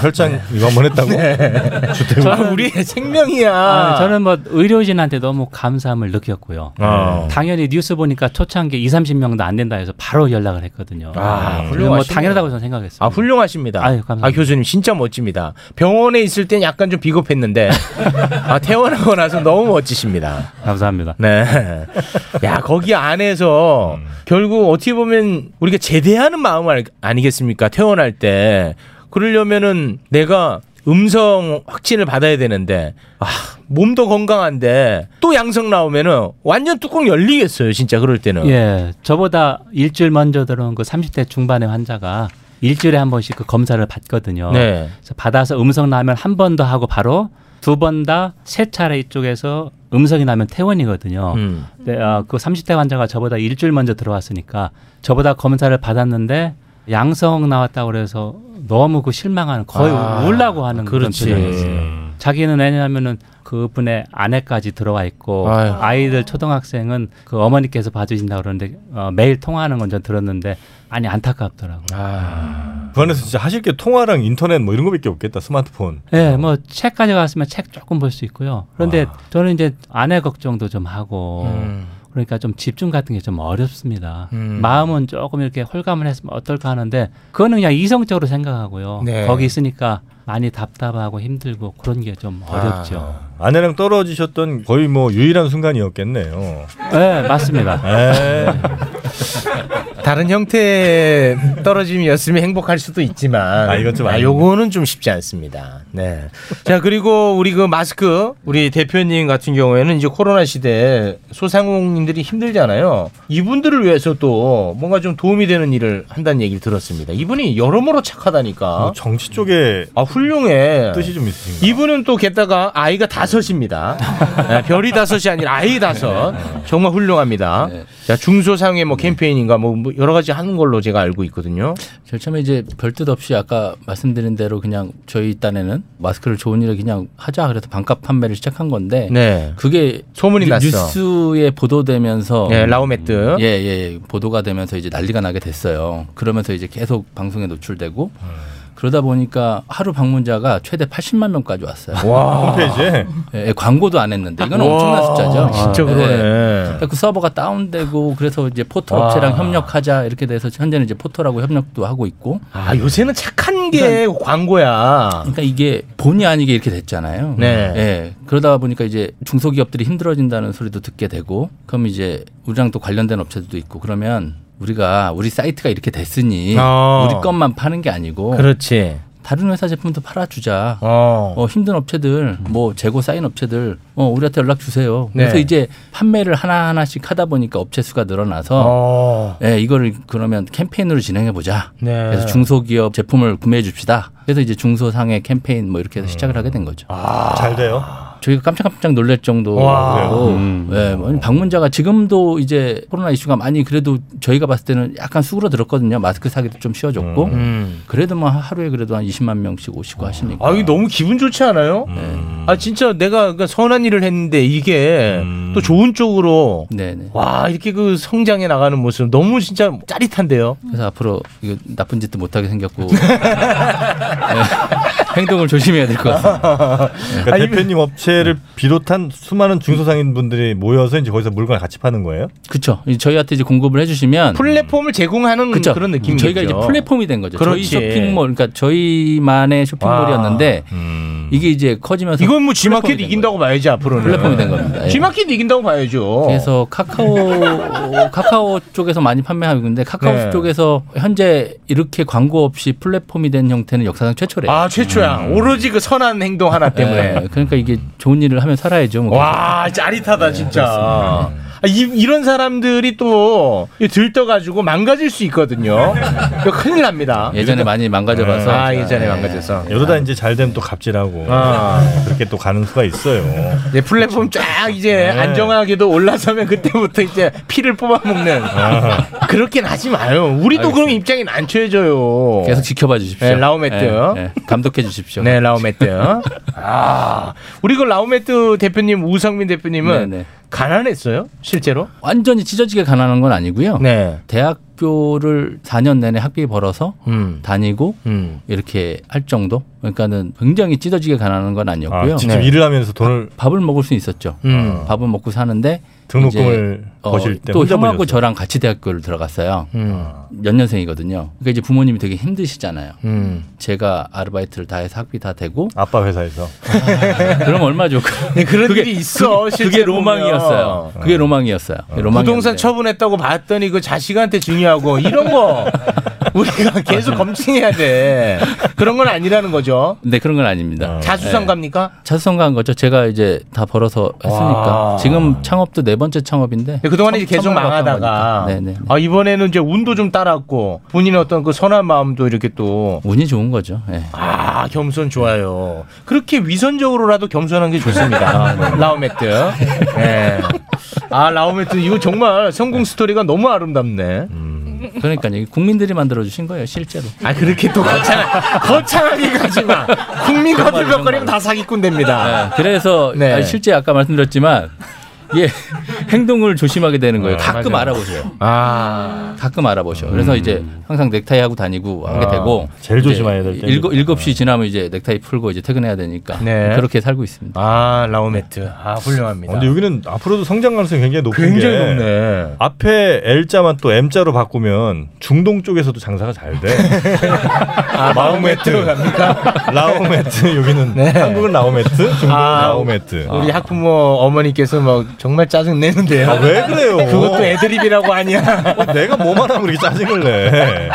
Speaker 2: 혈장 이거 한번 했다고? 주택
Speaker 3: 아, 우리의 생명이야.
Speaker 9: 아, 저는 뭐 의료진한테 너무 감사함을 느꼈고요.
Speaker 3: 아.
Speaker 9: 당연히 뉴스 보니까 초창기 2, 30명도 안 된다 해서 바로 연락을 했거든요.
Speaker 3: 아,
Speaker 9: 그래서 뭐
Speaker 3: 훌륭하시네요.
Speaker 9: 당연하다고 저는 생각했어요.
Speaker 3: 아 훌륭하십니다.
Speaker 9: 아유, 감사합니다.
Speaker 3: 아, 교수님 진짜 멋집니다. 병원에 있을 땐 약간 좀 비겁했는데 아, 퇴원하고 나서 너무 멋지십니다.
Speaker 9: 감사합니다.
Speaker 3: 네. 야 거기 안에서 결국 어떻게 보면 우리가 제대하는 마음 알- 아니겠습니까? 퇴원할 때 그러려면은 내가 음성 확진을 받아야 되는데 아 몸도 건강한데 또 양성 나오면은 완전 뚜껑 열리겠어요 진짜 그럴 때는
Speaker 9: 예, 저보다 일주일 먼저 들어온 그 30대 중반의 환자가 일주일에 한 번씩 그 검사를 받거든요.
Speaker 3: 네.
Speaker 9: 그래서 받아서 음성 나면 한 번 더 하고 바로 두 번 다 세 차례 이쪽에서 음성이 나면 퇴원이거든요.
Speaker 3: 음.
Speaker 9: 네, 아, 그 30대 환자가 저보다 일주일 먼저 들어왔으니까 저보다 검사를 받았는데 양성 나왔다고 그래서 너무 그 실망하는 거의
Speaker 3: 아,
Speaker 9: 울라고 하는
Speaker 3: 그렇지. 음.
Speaker 9: 그런 표정이었어요. 자기는 왜냐하면은 그분의 아내까지 들어와 있고
Speaker 3: 아유.
Speaker 9: 아이들 초등학생은 그 어머니께서 봐주신다 그러는데 어, 매일 통화하는 건 전 들었는데 아니 안타깝더라고요.
Speaker 2: 그 안에서 진짜 하실 게 통화랑 인터넷 뭐 이런 거밖에 없겠다. 스마트폰.
Speaker 9: 예, 뭐 책까지 갔으면 책 조금 볼 수 있고요. 그런데 저는 이제 아내 걱정도 좀 하고 그러니까 좀 집중 같은 게 좀 어렵습니다.
Speaker 3: 음.
Speaker 9: 마음은 조금 이렇게 홀감을 했으면 어떨까 하는데 그거는 그냥 이성적으로 생각하고요.
Speaker 2: 네.
Speaker 9: 거기 있으니까 많이 답답하고 힘들고 그런 게 좀 어렵죠.
Speaker 2: 아, 내랑 떨어지셨던 거의
Speaker 9: 예,
Speaker 2: 뭐 유일한 순간이었겠네요.
Speaker 9: 네, 맞습니다.
Speaker 2: 네.
Speaker 3: 다른 형태의 떨어짐이었으면 행복할 수도 있지만
Speaker 2: 아, 이건 좀
Speaker 3: 아,
Speaker 2: 아닙니다.
Speaker 3: 요거는 좀 쉽지 않습니다. 네. 자 그리고 우리 그 마스크 우리 대표님 같은 경우에는 이제 코로나 시대에 소상공인들이 힘들잖아요. 이분들을 위해서 또 뭔가 좀 도움이 되는 일을 한다는 얘기를 들었습니다. 이분이 여러모로 착하다니까.
Speaker 2: 어? 정치 쪽에
Speaker 3: 아 훌륭해.
Speaker 2: 그렇죠. 뜻이 좀 있으신가요?
Speaker 3: 이분은 또 게다가 아이가 다섯입니다. 네, 별이 다섯이 아니라 아이 다섯.
Speaker 9: 네.
Speaker 3: 정말 훌륭합니다. 자, 중소상회 뭐 캠페인인가 뭐뭐 여러 가지 하는 걸로 제가 알고 있거든요.
Speaker 9: 제일 처음에 이제 별뜻 없이 아까 말씀드린 대로 그냥 저희 딴에는 마스크를 좋은 일에 그냥 하자 그래서 반값 판매를 시작한 건데
Speaker 3: 네.
Speaker 9: 그게
Speaker 3: 소문이
Speaker 9: 뉴-
Speaker 3: 났어.
Speaker 9: 뉴스에 보도되면서
Speaker 3: 예, 라오메트.
Speaker 9: 어. 예, 예, 보도가 되면서 이제 난리가 나게 됐어요. 그러면서 이제 계속 방송에 노출되고
Speaker 3: 음.
Speaker 9: 그러다 보니까 하루 방문자가 최대 80만 명까지 왔어요.
Speaker 2: 와. 홈페이지에?
Speaker 9: 예, 예, 광고도 안 했는데 이건
Speaker 3: 와.
Speaker 9: 엄청난 숫자죠.
Speaker 3: 진짜 그러네.
Speaker 9: 예. 그 서버가 다운되고 그래서 이제 포토
Speaker 3: 와.
Speaker 9: 업체랑 협력하자 이렇게 돼서 현재는 이제 포토라고 협력도 하고 있고.
Speaker 3: 아, 요새는 착한 게 광고야.
Speaker 9: 그러니까 이게 본의 아니게 이렇게 됐잖아요.
Speaker 3: 네.
Speaker 9: 예. 그러다 보니까 이제 중소기업들이 힘들어진다는 소리도 듣게 되고, 그럼 이제 우리랑 또 관련된 업체들도 있고, 그러면 우리가 우리 사이트가 이렇게 됐으니
Speaker 3: 어.
Speaker 9: 우리 것만 파는 게 아니고,
Speaker 3: 그렇지.
Speaker 9: 다른 회사 제품도 팔아주자.
Speaker 3: 어.
Speaker 9: 힘든 업체들, 뭐 재고 쌓인 업체들, 어, 우리한테 연락 주세요.
Speaker 3: 네.
Speaker 9: 그래서 이제 판매를 하나 하나씩 하다 보니까 업체 수가 늘어나서,
Speaker 3: 어.
Speaker 9: 예, 이거를 그러면 캠페인으로 진행해 보자.
Speaker 3: 네.
Speaker 9: 그래서 중소기업 제품을 구매해 줍시다. 그래서 이제 중소상해 캠페인
Speaker 3: 음.
Speaker 9: 뭐 이렇게 해서 시작을 하게 된
Speaker 3: 아.
Speaker 9: 거죠.
Speaker 2: 잘 돼요?
Speaker 9: 저희가 깜짝깜짝 놀랄 정도로
Speaker 2: 와.
Speaker 9: 음. 예, 뭐 방문자가 지금도 이제 코로나 이슈가 많이 그래도 저희가 봤을 때는 약간 수그러들었거든요. 마스크 사기도 좀 쉬워졌고
Speaker 3: 음.
Speaker 9: 그래도 뭐 하루에 그래도 한 20만 명씩 오시고 하시니까.
Speaker 3: 아, 이게 너무 기분 좋지 않아요?
Speaker 9: 음.
Speaker 2: 음.
Speaker 3: 아, 진짜 내가 그러니까 선한 일을 했는데 이게
Speaker 9: 음.
Speaker 3: 또 좋은 쪽으로
Speaker 9: 네.
Speaker 3: 와, 이렇게 그 성장해 나가는 모습 너무 진짜 짜릿한데요.
Speaker 9: 그래서 앞으로 이거 나쁜 짓도 못하게 생겼고 예, 행동을 조심해야 될 것 같습니다.
Speaker 2: 그러니까 대표님 업체를 비롯한 수많은 중소상인분들이 모여서 이제 거기서 물건을 같이 파는 거예요?
Speaker 9: 그렇죠. 저희한테 이제 공급을 해주시면
Speaker 3: 플랫폼을 제공하는 그런 느낌이죠.
Speaker 9: 음, 저희가 이제 플랫폼이 된 거죠.
Speaker 3: 그렇지.
Speaker 9: 저희 쇼핑몰, 그러니까 저희만의 쇼핑몰이었는데 이게 이제 커지면서
Speaker 3: 음. 이건 뭐 G마켓 이긴다고 봐야지 앞으로는. 네.
Speaker 9: 플랫폼이 된 겁니다. 예.
Speaker 3: G마켓 이긴다고 봐야죠.
Speaker 9: 그래서 카카오 카카오 쪽에서 많이 판매하고 있는데 카카오
Speaker 3: 네.
Speaker 9: 쪽에서 현재 이렇게 광고 없이 플랫폼이 된 형태는 역사상 최초래요.
Speaker 3: 아 최초야.
Speaker 9: 음.
Speaker 3: 오로지 그 선한 행동 하나 때문에.
Speaker 9: 예, 그러니까 이게 좋은 일을 하면 살아야죠. 뭐.
Speaker 3: 와 짜릿하다
Speaker 9: 네,
Speaker 3: 진짜. 아, 이, 런 사람들이 또 들떠가지고 망가질 수 있거든요. 이거 큰일 납니다.
Speaker 9: 예전에 많이 망가져봐서.
Speaker 3: 아 예전에 망가져서.
Speaker 2: 이러다 이제 잘 되면 또 갑질하고
Speaker 3: 아.
Speaker 2: 그렇게 또 가는 수가 있어요.
Speaker 3: 이제 플랫폼 쫙 이제
Speaker 9: 네.
Speaker 3: 안정하게도 올라서면 그때부터 이제 피를 뽑아먹는
Speaker 2: 아.
Speaker 3: 그렇긴 하지 마요. 우리도 그런 입장이 난처해져요.
Speaker 9: 계속 지켜봐 주십시오.
Speaker 3: 네, 라오메트요.
Speaker 9: 예, 예. 감독해 주십시오.
Speaker 3: 네, 라오메트요. 아, 우리 그 라오메트 대표님, 우성민 대표님은
Speaker 9: 네, 네.
Speaker 3: 가난했어요? 실제로?
Speaker 9: 완전히 찢어지게 가난한 건 아니고요.
Speaker 3: 네.
Speaker 9: 대학교를 4년 내내 학비 벌어서
Speaker 3: 음.
Speaker 9: 다니고 이렇게 할 정도. 그러니까는 굉장히 찢어지게 가난한 건 아니었고요.
Speaker 2: 아, 직접 네. 일을 하면서 돈을
Speaker 9: 밥을 먹을 수 있었죠. 아.
Speaker 2: 음.
Speaker 9: 밥은 먹고 사는데 어,
Speaker 2: 등록금을 거실 때
Speaker 9: 또
Speaker 2: 혼자
Speaker 9: 형하고
Speaker 2: 보셨어요?
Speaker 9: 저랑 같이 대학교를 들어갔어요.
Speaker 3: 음.
Speaker 9: 연년생이거든요. 그러니까 이제 부모님이 되게 힘드시잖아요.
Speaker 3: 음.
Speaker 9: 제가 아르바이트를 다 해서 학비 다 대고
Speaker 2: 아빠 회사에서
Speaker 9: 그럼 얼마죠?
Speaker 3: 네, 그런 일이 있어,
Speaker 9: 그, 그게
Speaker 3: 실제로
Speaker 9: 로망이었어요.
Speaker 3: 보면.
Speaker 9: 그게 로망이었어요. 로망이었는데
Speaker 3: 부동산 처분했다고 봤더니 그 자식한테 중요하고 이런 거 우리가 계속 검증해야 돼. 그런 건 아니라는 거죠.
Speaker 9: 네 그런 건 아닙니다.
Speaker 3: 자수성 갑니까?
Speaker 9: 자수성가한 거죠. 제가 이제 다 벌어서 했으니까
Speaker 3: 와.
Speaker 9: 지금 창업도 네 번째 창업인데
Speaker 3: 근데 그동안에
Speaker 9: 첨-
Speaker 3: 이제 계속
Speaker 9: 첨가를 했던
Speaker 3: 망하다가
Speaker 9: 거니까. 네네.
Speaker 3: 아, 이번에는 이제 운도 좀 따랐고 본인의 어떤 그 선한 마음도 이렇게 또
Speaker 9: 운이 좋은 거죠. 예.
Speaker 3: 아 겸손 좋아요. 그렇게 위선적으로라도 겸손한 게
Speaker 9: 아,
Speaker 3: 좋습니다.
Speaker 9: 네.
Speaker 3: 라오메트. 예. 아 라오메트 이거 정말 성공 스토리가 너무 아름답네.
Speaker 9: 그러니까 요 국민들이 만들어 주신 거예요 실제로.
Speaker 3: 아 그렇게 또 거창하, 거창하게 가지마. 국민
Speaker 9: 정말
Speaker 3: 거들먹거리면 다 사기꾼 됩니다.
Speaker 9: 아, 그래서
Speaker 3: 네.
Speaker 9: 아니, 실제 아까 말씀드렸지만 예 행동을 조심하게 되는 거예요. 가끔
Speaker 3: 맞아요.
Speaker 9: 알아보세요.
Speaker 3: 아
Speaker 9: 가끔 알아보셔. 그래서
Speaker 3: 음.
Speaker 9: 이제 항상 넥타이 하고 다니고 하게
Speaker 3: 아,
Speaker 9: 되고
Speaker 2: 제일
Speaker 9: 이제
Speaker 2: 조심해야 될 때.
Speaker 9: 일곱 일곱 시 지나면 이제 넥타이 풀고 이제 퇴근해야 되니까
Speaker 3: 네.
Speaker 9: 그렇게 살고 있습니다.
Speaker 3: 아 라오메트. 아 훌륭합니다.
Speaker 2: 아, 근데 여기는 앞으로도 성장 가능성이 굉장히 높은 게
Speaker 3: 굉장히 높네.
Speaker 2: 앞에 L자만 또 M자로 바꾸면 중동 쪽에서도 장사가 잘 돼.
Speaker 3: 아, 마오메트 갑니까? 네.
Speaker 2: 라오메트 여기는 한국은 라오메트, 중국은
Speaker 3: 아,
Speaker 2: 라오메트.
Speaker 3: 우리 학부모 어머니께서 막 정말 짜증 내는데요.
Speaker 2: 아, 왜 그래요?
Speaker 3: 그것도 애드립이라고 하냐?
Speaker 2: 내가 뭐만 하면 이렇게 짜증을 내?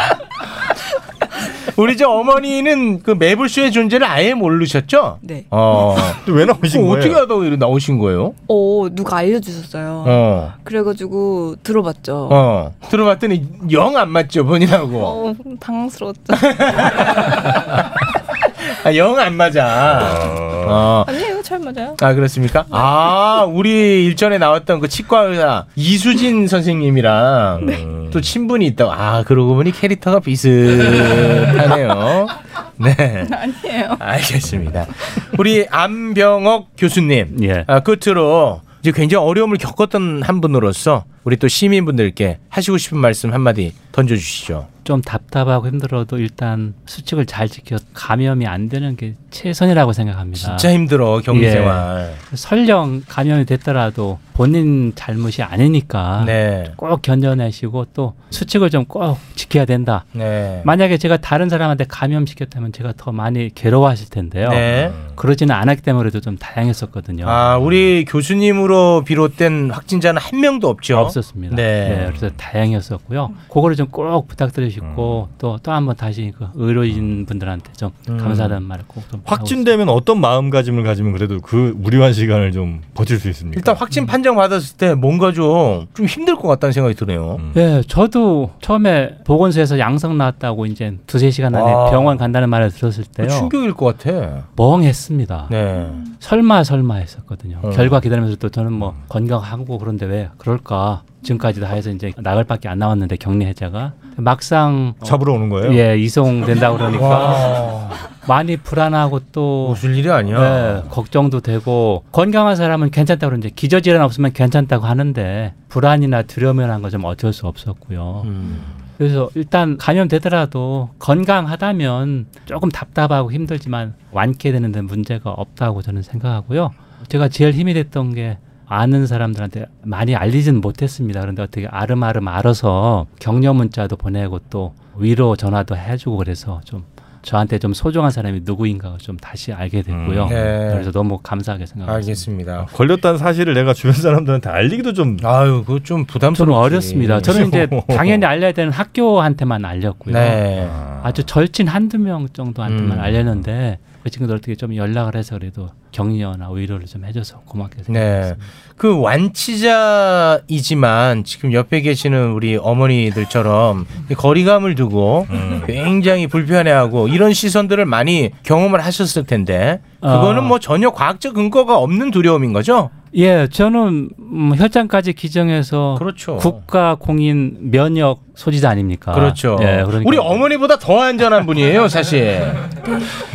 Speaker 3: 우리 저 어머니는 그 매불쇼의 존재를 아예 모르셨죠?
Speaker 10: 네.
Speaker 3: 어.
Speaker 2: 왜 나오신
Speaker 10: 거예요?
Speaker 3: 어떻게 하다가 이렇게 나오신 거예요?
Speaker 10: 어 누가 알려주셨어요.
Speaker 3: 어.
Speaker 10: 그래가지고 들어봤죠.
Speaker 3: 어. 들어봤더니 영 안 맞죠, 본인하고.
Speaker 10: 어, 당황스러웠죠.
Speaker 3: 아, 영 안 맞아. 어.
Speaker 10: 아니에요, 잘 맞아요.
Speaker 3: 아 그렇습니까?
Speaker 10: 네.
Speaker 3: 아 우리 일전에 나왔던 그 치과 의사 이수진 선생님이랑
Speaker 10: 네.
Speaker 3: 또 친분이 있다고. 아 그러고 보니 캐릭터가 비슷하네요. 네.
Speaker 10: 아니에요.
Speaker 3: 알겠습니다. 우리 안병옥 교수님
Speaker 9: 예.
Speaker 3: 아, 끝으로 이제 굉장히 어려움을 겪었던 한 분으로서 우리 또 시민분들께 하시고 싶은 말씀 한마디 던져주시죠.
Speaker 9: 좀 답답하고 힘들어도 일단 수칙을 잘 지켜 감염이 안 되는 게 최선이라고 생각합니다.
Speaker 3: 진짜 힘들어, 격리
Speaker 9: 예.
Speaker 3: 생활.
Speaker 9: 설령 감염이 됐더라도 본인 잘못이 아니니까
Speaker 3: 네.
Speaker 9: 꼭 견뎌내시고 또 수칙을 좀 꼭 지켜야 된다.
Speaker 3: 네.
Speaker 9: 만약에 제가 다른 사람한테 감염시켰다면 제가 더 많이 괴로워하실 텐데요.
Speaker 3: 네.
Speaker 9: 그러지는 않았기 때문에 그래도 좀 다양했었거든요.
Speaker 3: 아 우리 교수님으로 비롯된 확진자는 한 명도 없죠.
Speaker 9: 없었습니다.
Speaker 3: 네.
Speaker 9: 네, 그래서 다양했었고요. 그거를 좀 꼭
Speaker 3: 음.
Speaker 9: 부탁드리고 또 또 한번 다시 그 의료인 분들한테 좀
Speaker 2: 음.
Speaker 9: 감사하다는 말을 꼭좀
Speaker 2: 확진되면 어떤 마음가짐을 가지면 그래도 그 무료한 시간을 좀 버틸 수 있습니까?
Speaker 3: 일단 확진
Speaker 9: 음.
Speaker 3: 판정 받았을 때 뭔가 좀, 좀 힘들 것 같다는 생각이 드네요.
Speaker 9: 예, 저도 처음에 보건소에서 양성 나왔다고 이제 두세 시간 안에
Speaker 3: 와. 그
Speaker 9: 병원 간다는 말을 들었을 때요.
Speaker 3: 충격일 것 같아.
Speaker 9: 멍했습니다. 설마 설마 했었거든요.
Speaker 3: 네. 어. 음.
Speaker 9: 결과 기다리면서 또 저는 뭐 건강하고 그런데 왜 그럴까? 지금까지 다 해서 이제 나흘밖에 안 나왔는데 격리 해제가 막상
Speaker 2: 어.
Speaker 3: 어,
Speaker 2: 잡으러 오는 거예요?
Speaker 9: 예, 이송된다 그러니까
Speaker 2: 와.
Speaker 9: 많이 불안하고 또
Speaker 3: 아, 웃을 일이 아니야.
Speaker 9: 네, 걱정도 되고 건강한 사람은 괜찮다고 그러는데 기저질환 없으면 괜찮다고 하는데 불안이나 두려움이라는 건 좀 어쩔 수 없었고요.
Speaker 3: 음,
Speaker 9: 그래서 일단 감염되더라도 건강하다면 조금 답답하고 힘들지만 완쾌되는 데 문제가 없다고 저는 생각하고요. 제가 제일 힘이 됐던 게 아는 사람들한테 많이 알리지는 못했습니다. 그런데 어떻게 아름아름 알아서 격려 문자도 보내고 또 위로 전화도 해주고 그래서 좀 저한테 좀 소중한 사람이 누구인가 좀 다시 알게 됐고요.
Speaker 3: 음, 네.
Speaker 9: 그래서 너무 감사하게 생각합니다.
Speaker 3: 알겠습니다.
Speaker 2: 걸렸다는 사실을 내가 주변 사람들한테 알리기도 좀
Speaker 3: 아유 그거 좀
Speaker 9: 저는
Speaker 3: 부담스럽지.
Speaker 9: 어렵습니다. 저는 이제 당연히 알려야 되는 학교한테만 알렸고요.
Speaker 3: 네.
Speaker 9: 아주 절친 한두 명 정도한테만
Speaker 3: 음.
Speaker 9: 알렸는데 그 친구들 어떻게 좀 연락을 해서 그래도 격려나 위로를 좀 해줘서 고맙게
Speaker 3: 네. 그 완치자이지만 지금 옆에 계시는 우리 어머니들처럼 이 거리감을 두고
Speaker 9: 음.
Speaker 3: 굉장히 불편해하고 이런 시선들을 많이 경험을 하셨을 텐데 그거는
Speaker 9: 아.
Speaker 3: 뭐 전혀 과학적 근거가 없는 두려움인 거죠?
Speaker 9: 예, 저는 음, 혈장까지 기증해서 국가 공인 면역 소지자 아닙니까?
Speaker 3: 그렇죠.
Speaker 9: 예, 그러니까
Speaker 3: 우리 어머니보다 더 안전한 분이에요, 사실.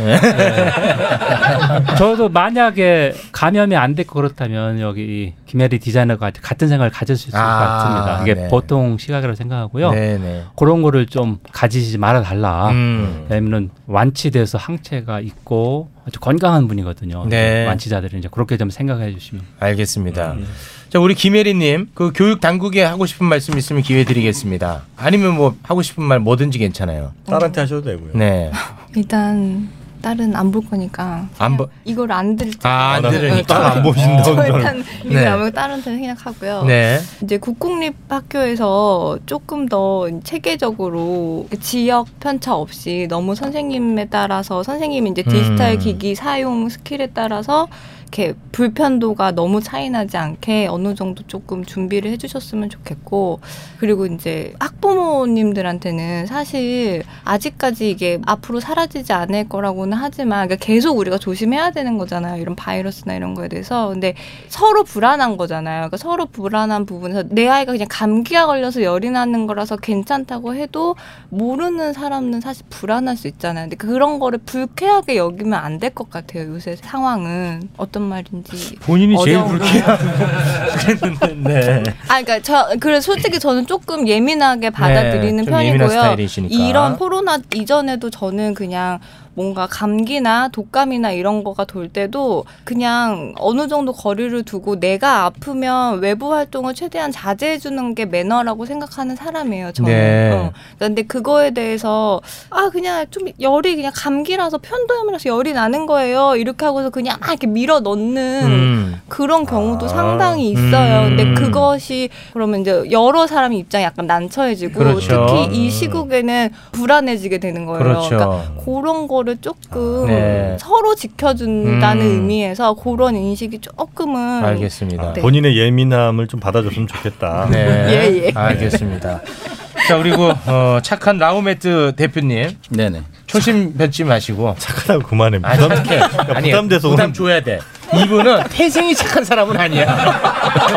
Speaker 9: 저도 만약에 감염이 안 됐고 그렇다면 여기 이 김혜리 디자이너가 같은 생각을 가질 수 있을 것 같습니다. 이게
Speaker 3: 네.
Speaker 9: 보통 시각이라고 생각하고요.
Speaker 3: 네, 네.
Speaker 9: 그런 거를 좀 가지지 말아 달라.
Speaker 3: 음.
Speaker 9: 왜냐면은 완치돼서 항체가 있고 아주 건강한 분이거든요.
Speaker 3: 네.
Speaker 9: 완치자들은 이제 그렇게 좀 생각해 주시면 음,
Speaker 3: 알겠습니다.
Speaker 9: 예.
Speaker 3: 자, 우리 김혜리님, 그 교육 당국에 하고 싶은 말씀 있으면 기회 드리겠습니다. 아니면 뭐 하고 싶은 말 뭐든지 괜찮아요.
Speaker 2: 딸한테 하셔도 되고요.
Speaker 3: 네.
Speaker 10: 일단 딸은 안 볼 거니까
Speaker 3: 안 보.
Speaker 10: 이걸 안 들을
Speaker 3: 아, 안 들으니까.
Speaker 2: 딸안 보신다.
Speaker 10: 저
Speaker 2: 오늘.
Speaker 10: 일단 이거
Speaker 2: 네.
Speaker 10: 아무 딸한테는 그냥 하고요.
Speaker 2: 네.
Speaker 10: 이제 국공립 학교에서 조금 더 체계적으로 그 지역 편차 없이 너무 선생님에 따라서 선생님이 이제 디지털
Speaker 16: 음.
Speaker 10: 기기 사용 스킬에 따라서 이렇게 불편도가 너무 차이나지 않게 어느 정도 조금 준비를 해주셨으면 좋겠고 그리고 이제 학부모님들한테는 사실 아직까지 이게 앞으로 사라지지 않을 거라고는 하지만 그러니까 계속 우리가 조심해야 되는 거잖아요 이런 바이러스나 이런 거에 대해서 근데 서로 불안한 거잖아요 그러니까 서로 불안한 부분에서 내 아이가 그냥 감기가 걸려서 열이 나는 거라서 괜찮다고 해도 모르는 사람은 사실 불안할 수 있잖아요 근데 그런 거를 불쾌하게 여기면 안 될 것 같아요 요새 상황은 어떤 말인지
Speaker 3: 본인이 제일
Speaker 10: 어려운
Speaker 3: 불쾌하고 그랬는데. 네.
Speaker 10: 아, 그러니까 저 그래 솔직히 저는 조금 예민하게 받아들이는
Speaker 3: 좀 예민한
Speaker 10: 편이고요.
Speaker 3: 스타일이시니까.
Speaker 10: 이런 코로나 이전에도 저는 그냥 뭔가 감기나 독감이나 이런 거가 돌 때도 그냥 어느 정도 거리를 두고 내가 아프면 외부 활동을 최대한 자제해 주는 게 매너라고 생각하는 사람이에요. 저는.
Speaker 3: 네.
Speaker 10: 어. 근데 그거에 대해서 아 그냥 좀 열이 그냥 감기라서 편도염이라서 열이 나는 거예요. 이렇게 하고서 그냥 막 이렇게 밀어 넣는
Speaker 3: 음.
Speaker 10: 그런
Speaker 3: 아.
Speaker 10: 경우도 상당히 있어요. 근데 그것이 그러면 이제 여러 사람 입장이 약간 난처해지고
Speaker 3: 그렇죠.
Speaker 10: 특히 이 시국에는 불안해지게 되는 거예요.
Speaker 3: 그렇죠.
Speaker 10: 러니까 그런 거를 조금
Speaker 2: 네.
Speaker 10: 서로 지켜준다는
Speaker 2: 음.
Speaker 10: 의미에서 그런 인식이 조금은
Speaker 3: 알겠습니다.
Speaker 10: 네.
Speaker 2: 아,
Speaker 10: 예,
Speaker 2: 본인의 예민함을 좀 받아줬으면 좋겠다.
Speaker 3: 네. 알겠습니다. 자 그리고 어, 착한 라우메트 대표님.
Speaker 11: 네네.
Speaker 3: 초심 뱉지 마시고
Speaker 2: 착하다고 그만해.
Speaker 3: 아니,
Speaker 2: 부담-
Speaker 3: 착해. 아니
Speaker 2: 그러니까 부담돼서
Speaker 3: 부담 줘야 돼. 이분은 태생이 착한 사람은 아니야.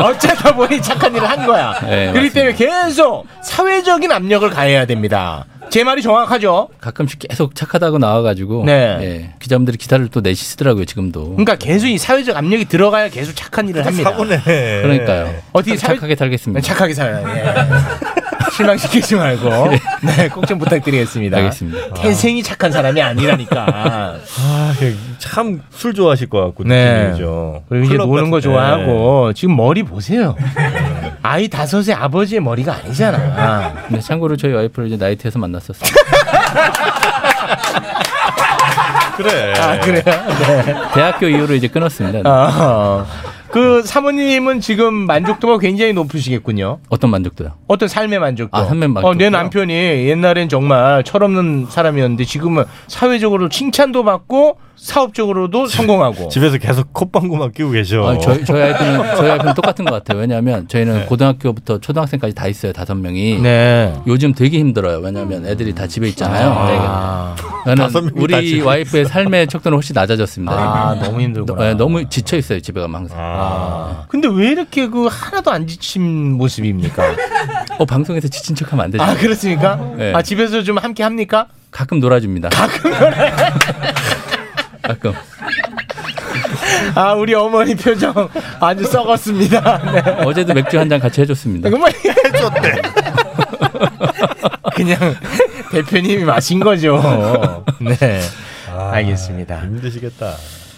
Speaker 3: 어쩌다 보니 착한 일을 한 거야.
Speaker 11: 네,
Speaker 3: 그렇기 때문에 계속 사회적인 압력을 가해야 됩니다. 제 말이 정확하죠?
Speaker 11: 가끔씩 계속 착하다고 나와가지고
Speaker 3: 네.
Speaker 11: 예, 기자분들이 기사를 또 내시더라고요 지금도.
Speaker 3: 그러니까 계속 이 사회적 압력이 들어가야 계속 착한
Speaker 2: 그러니까
Speaker 3: 일을 합니다.
Speaker 11: 사고네. 그러니까요.
Speaker 3: 어떻게
Speaker 11: 착-
Speaker 3: 사회...
Speaker 11: 착하게 살겠습니다.
Speaker 3: 네, 착하게 살아요. 예. 실망시키지 말고 네, 꼭 좀 부탁드리겠습니다. 아.
Speaker 11: 알겠습니다.
Speaker 3: 태생이 착한 사람이 아니라니까.
Speaker 2: 참 술 좋아하실 것 같고
Speaker 3: 네.
Speaker 2: 느낌이죠.
Speaker 3: 그리고 이제
Speaker 2: 클럽
Speaker 3: 노는 거
Speaker 2: 같은-
Speaker 3: 좋아하고 지금 머리 보세요. 아이 다섯의 아버지의 머리가 아니잖아.
Speaker 11: 근데 네, 참고로 저희 와이프를 이제 나이트에서 만났었어요.
Speaker 2: 그래.
Speaker 3: 아 그래요? 네.
Speaker 11: 대학교 이후로 이제 끊었습니다.
Speaker 3: 아, 그 사모님은 지금 만족도가 굉장히 높으시겠군요.
Speaker 11: 어떤 만족도요?
Speaker 3: 어떤 삶의 만족도.
Speaker 11: 아, 삶의 만족도요?
Speaker 3: 어, 내 남편이 옛날엔 정말 철없는 사람이었는데 지금은 사회적으로 칭찬도 받고 사업적으로도 성공하고.
Speaker 2: 집에서 계속 콧방구만 끼고 계셔.
Speaker 3: 어.
Speaker 11: 아, 저희 저희 아이들은 저희 아이들은 똑같은 것 같아요. 왜냐하면 저희는 고등학교부터 초등학생까지 다 있어요 다섯 명이.
Speaker 3: 네.
Speaker 11: 요즘 되게 힘들어요. 왜냐하면 애들이 다 집에 있잖아요.
Speaker 3: 아.
Speaker 11: 네.
Speaker 3: 다섯
Speaker 11: 저는
Speaker 3: 명이 다
Speaker 11: 우리
Speaker 3: 집에
Speaker 11: 와이프의 삶의 척도는 훨씬 낮아졌습니다.
Speaker 3: 아, 너무 힘들구나.
Speaker 9: 예,
Speaker 11: 네, 너무 지쳐 있어요 집에 가면 항상.
Speaker 3: 근데 왜 이렇게 그 하나도 안 지친 모습입니까?
Speaker 11: 어 방송에서 지친 척하면 안 되죠.
Speaker 3: 아 그렇습니까?
Speaker 11: 네.
Speaker 3: 아 집에서 좀 함께 합니까?
Speaker 11: 가끔 놀아줍니다. 가끔 가끔.
Speaker 3: 아 우리 어머니 표정 아주 썩었습니다. 네.
Speaker 11: 어제도 맥주 한 잔 같이 해줬습니다.
Speaker 3: 정말 해줬대. 그냥 대표님이 마신 거죠. 네. 알겠습니다.
Speaker 2: 아, 힘드시겠다.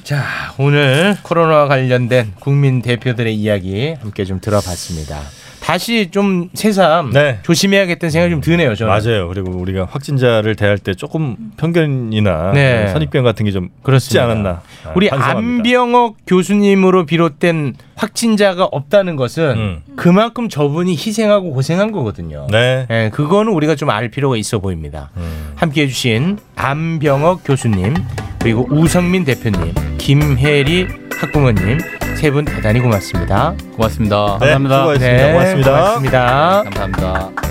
Speaker 3: 자, 오늘 코로나와 관련된 국민 대표들의 이야기 함께 좀 들어봤습니다. 다시 좀 새삼 조심해야겠다는 생각이 좀 드네요. 저는.
Speaker 2: 맞아요. 그리고 우리가 확진자를 대할 때 조금 편견이나 뭐
Speaker 3: 네.
Speaker 2: 선입견 같은 게 좀 있지
Speaker 3: 그렇습니다.
Speaker 2: 않았나. 아,
Speaker 3: 우리
Speaker 2: 반성합니다.
Speaker 3: 안병옥 교수님으로 비롯된 확진자가 없다는 것은 그만큼 저분이 희생하고 고생한 거거든요.
Speaker 2: 음. 네. 음.
Speaker 3: 예, 그거는 우리가 좀 알 필요가 있어 보입니다. 함께 해주신 안병옥 교수님, 그리고 우성민 대표님, 김혜리 학부모님, 세 분 대단히 고맙습니다.
Speaker 11: 고맙습니다.
Speaker 2: 네, 수고하셨습니다. 고맙습니다.
Speaker 3: 고맙습니다.
Speaker 11: 감사합니다.